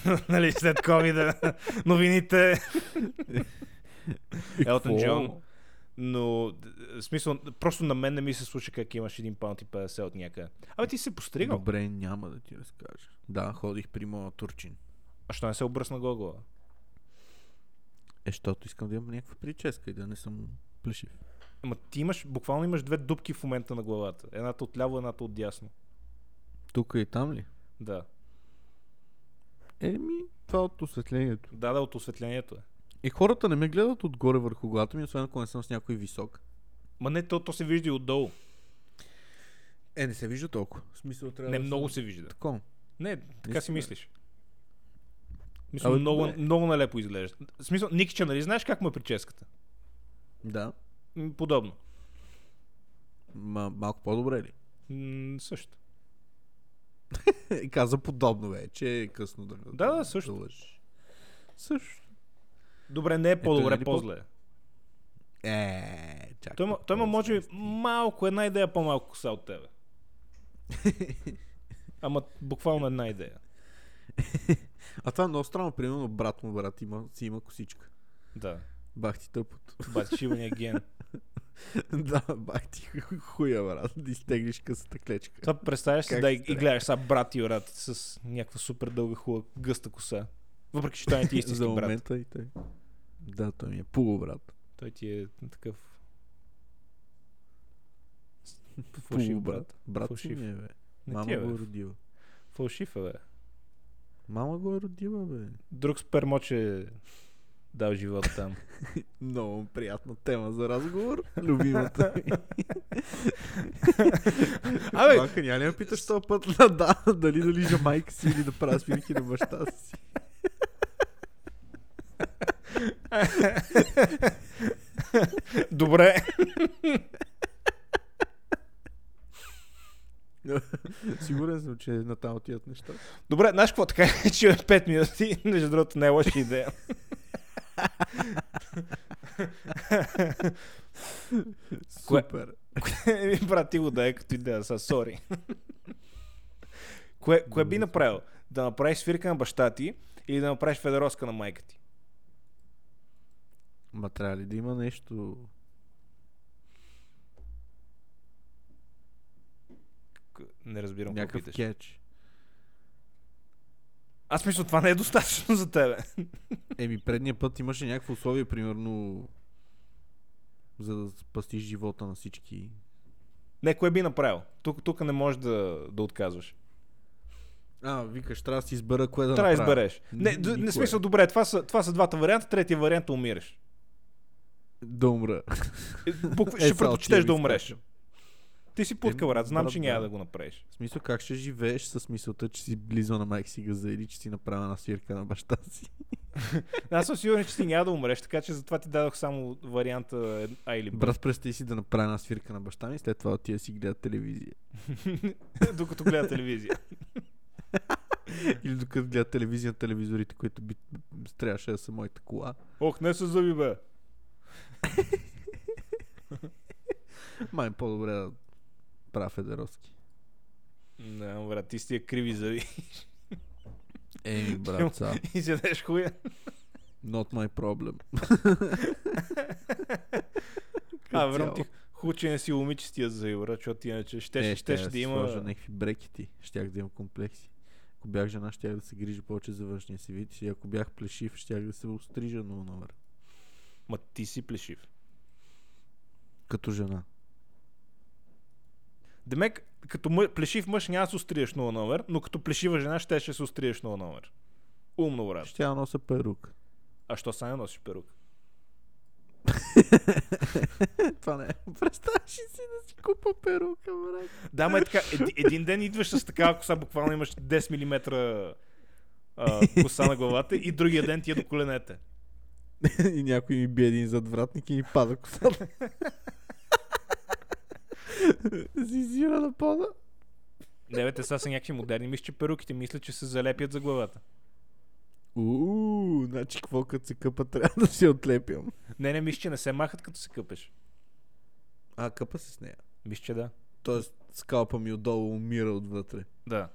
A: *laughs* нали, след covid новините. Елтън
B: Какво?
A: Джон. Но, д- в смисъл, просто на мен не ми се случи как имаш един паунт и 50 от някъде. Абе, ти си се постригал.
B: Добре, няма да ти разкажа. Да, ходих при моя турчин.
A: А що не се обръсна Гогова?
B: Е, защото искам да имам някаква прическа и да не съм плешив.
A: Ама ти имаш, буквално имаш две дупки в момента на главата. Едната от ляво, едната от дясно.
B: Тук и там ли?
A: Да.
B: Еми, това е от осветлението.
A: Да, да, от осветлението е.
B: И хората не ме гледат отгоре върху главата ми, освен ако не съм с някой висок.
A: Ма не, то, то се вижда и отдолу.
B: Е, не се вижда толкова. В смисъл трябва
A: Не,
B: да
A: много
B: съм-
A: се вижда.
B: Такова.
A: Не, така си
B: Наистина.
A: мислиш. Мисля,
B: Абе,
A: много,
B: добре.
A: много налепо изглежда. В смисъл, Никче, нали знаеш как му е прическата?
B: Да.
A: М, Подобно.
B: Ма, малко по-добре е ли?
A: М, също.
B: *laughs* И каза подобно вече, е късно да
A: Да, да, също.
B: Да лъжеш. също.
A: Добре, не е по-добре,
B: е ли по-
A: по-зле. е.
B: Е, чакай.
A: Той, има- той има, може би, малко, една идея по-малко коса от
B: *laughs*
A: тебе. Ама буквално една идея.
B: А това е много странно, примерно брат му, брат, има, си има косичка.
A: Да.
B: Бах ти тъпото.
A: Бачивания ген.
B: *laughs* да, бах ти *laughs* хуя, брат, да изтеглиш късата клечка.
A: Това представяш си
B: Как
A: да
B: се
A: и, и гледаш сега брат и брат с някаква супер дълга хубава гъста коса. Въпреки, че той
B: *laughs*
A: не ти е истински
B: За
A: брат.
B: момента и той. Да, той ми е пуго, брат.
A: Той ти е такъв...
B: Пуго,
A: Фалшив брат.
B: брат. Брат си
A: Фалшив.
B: ми е, бе.
A: Не
B: Мама
A: ти е,
B: го е
A: бе.
B: родила.
A: Фалшив е, бе.
B: Мама го е родила, бе.
A: Друг спермоч е дал живот
B: *laughs*
A: там.
B: Много приятна тема за разговор. Любимата *laughs* ми.
A: Абе,
B: Малка, няма ли ме питаш този път на *laughs* да, дали да лижа майка си или да правя свирки на баща си?
A: добре.
B: *laughs* Сигурен съм, че натам отиват неща.
A: Добре, знаеш какво така, е, че имаме
B: *laughs*
A: 5 минути, между другото не е лоша идея. Кое-
B: Супер.
A: Еми, брат, ти го да е като идея, са, сори. кое, кое би направил? Да направиш свирка на баща ти или да направиш федероска на майка ти?
B: Ма трябва ли да има нещо...
A: К- Не разбирам какво
B: Някакъв
A: питаш.
B: кетч?
A: Аз мисля, това не е достатъчно за тебе.
B: Еми, предния път имаше някакво условие, примерно, за да спастиш живота на всички.
A: не, кое би направил? Тук, тук не можеш да, да отказваш.
B: А, викаш, трябва да си избера кое да
A: Да, Трябва да
B: направя.
A: избереш. Не, д- не
B: Никое.
A: смисъл, добре, това са, това са двата варианта, третия вариант е умираш.
B: Да умра.
A: Е, букв- ще
B: Е, сега отивам
A: предпочиташ
B: и
A: да умреш.
B: скачам.
A: Ти си путка, брат, знам,
B: брат,
A: че няма
B: да.
A: да го направиш.
B: В смисъл, как ще живееш с мисълта, че си близо на майка си газа или че си направя на свирка на баща си?
A: Аз съм сигурен, че ти няма да умреш, така че затова ти дадох само варианта е- А или Б.
B: Брат, представи си да направя на свирка на баща ми, след това отида да си гледа *laughs* телевизия.
A: *laughs* Докато гледа телевизия.
B: Или докато гледа телевизия на телевизорите, които би трябваше да са моята кола.
A: Ох, не се зъби, бе.
B: Май е по-добре да правя федеровски.
A: Не, брат, ти с тия криви зъби
B: Еми, Е, брат, са,
A: *laughs* и седеш хуя.
B: not my problem.
A: А,
B: Като
A: верно ти
B: цяло.
A: хубаво, че не си момиче с тия зъби, брат, защото иначе щеше,
B: Е,
A: щеше
B: щях
A: да
B: си Сложа
A: има...
B: някакви брекети, щях да имам комплекси. Ако бях жена, щях да се грижа повече за външния си вид. И ако бях плешив, щях да се острижа много навър.
A: Ма ти си плешив.
B: Като жена.
A: Демек, като мъ... плешив мъж няма да се устриеш нова номер, но като плешива жена щеше да се устриеш нова номер. Умно, брат.
B: Щях да носа перук.
A: А що сега не носиш перук?
B: Това не е. *laughs* Представяш ли си да си купа перука, брат?
A: Да, ма е така. Еди, *laughs* един ден идваш с такава коса, буквално имаш 10 мм а, коса на главата и другия ден ти е до коленете.
B: *laughs* и някой ми бие един задвратник и ми пада *laughs* косата. Зизира на пода.
A: Не, бе, те сега са някакви модерни. Мисля, че перуките мисля, че се залепят за главата.
B: Уу, значи какво като се къпа трябва да си отлепям.
A: Не, не, мисля, че не се махат като се къпеш.
B: А, къпа се с нея.
A: Мисля, че да.
B: Тоест, скалпа ми отдолу умира отвътре.
A: Да.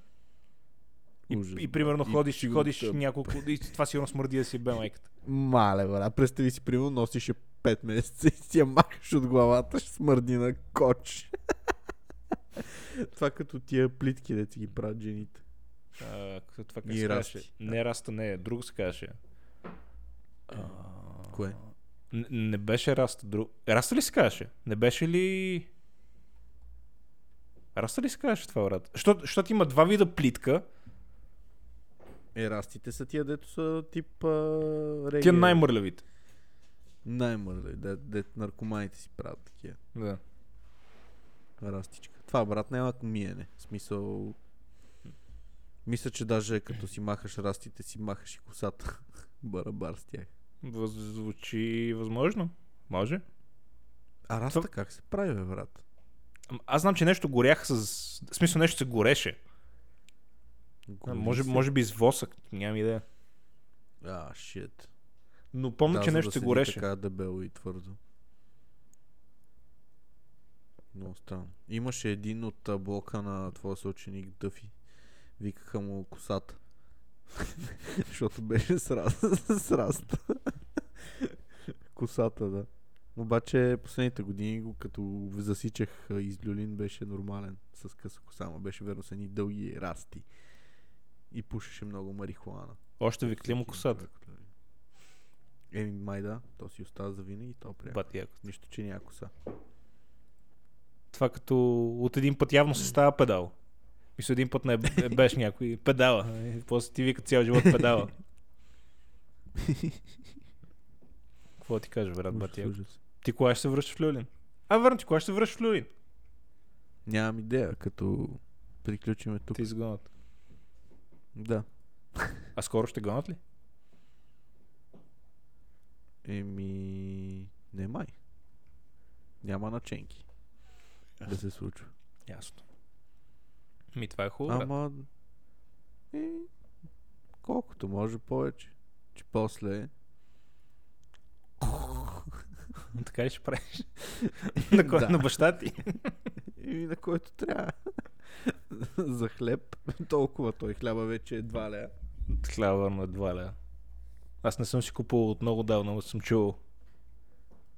A: И,
B: Ужас,
A: и примерно
B: брат. И
A: ходиш,
B: сигурно
A: ходиш
B: те-
A: няколко... И това сигурно смърди да си бе майката.
B: Мале, брат, представи си, примерно носиш я 5 месеца и си я махаш от главата, ще смърди на коч. Това като тия плитки, де ти ги правят жените.
A: А, к- това как
B: И
A: се
B: расти.
A: казваше? Не, раста не е. Друго се казваше. А,
B: Кое?
A: Н- не беше раста. Друг... Раста ли се казваше? Не беше ли... Раста ли се казваше това, брат? Що- Защото има два вида плитка.
B: Ерастите Е, са тия, дето са тип а,
A: Тия е
B: регия.
A: най-мърлявите.
B: Най-мърли, де, де наркоманите си правят такива.
A: Да.
B: Растичка. Това, брат, няма миене. В смисъл... Мисля, че даже като си махаш растите, си махаш и косата. *laughs* Барабар с тях.
A: Въз... Звучи възможно. Може.
B: А раста
A: Това-
B: как се прави, бе, брат?
A: Ам, Аз знам, че нещо горях с... В смисъл нещо се гореше. А,
B: Гори
A: може,
B: се.
A: може би с восък. Нямам идея.
B: А, шит.
A: Но помня, че
B: за
A: нещо
B: да
A: се
B: седи
A: гореше.
B: Така дебело и твърдо. Много странно. Имаше един от а, блока на твоя съученик Дъфи. Викаха му косата. *laughs* Защото беше *laughs* сраст- сраста. косата, да. Обаче последните години, го- като засичах а, излюлин, беше нормален с къса коса, ма беше верно с едни дълги расти. И пушеше много марихуана.
A: Още ви клима косата.
B: Еми, Е, май да, то си остава за винаги, то прямо. But...
A: Бати, яко.
B: Нищо, че няма коса.
A: Това като от един път явно се става педал. Мисля, един път не е- е беше някой.
B: *laughs*
A: Педала. Е, После ти вика цял живот педала. Какво ти кажа, брат,
B: Ужас,
A: бати? яко?
B: ужас.
A: Ти кога ще се връщаш в Люлин? А, верно, ти кога ще се връщаш в Люлин?
B: Нямам идея, като приключиме тук.
A: Ти изгонат.
B: Да.
A: А скоро ще гонат ли?
B: Еми, не май. Няма наченки. Да се случва.
A: Ясно. Ми, това е хубаво. брат.
B: Ама, е, колкото може повече. Че после
A: Така ли ще *laughs* правиш? на, кой,
B: Да.
A: на баща ти?
B: И на който трябва. *laughs* За хлеб. Толкова той хляба вече е 2 лея.
A: Хляба на едва ля. Аз не съм си купувал от много давно, но съм чувал.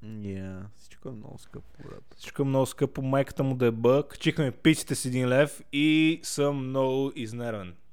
B: Yeah. Всичко е много скъпо, брат.
A: Всичко е много скъпо, майката му да е бък. Качихме пиците с един лев и съм много изнервен.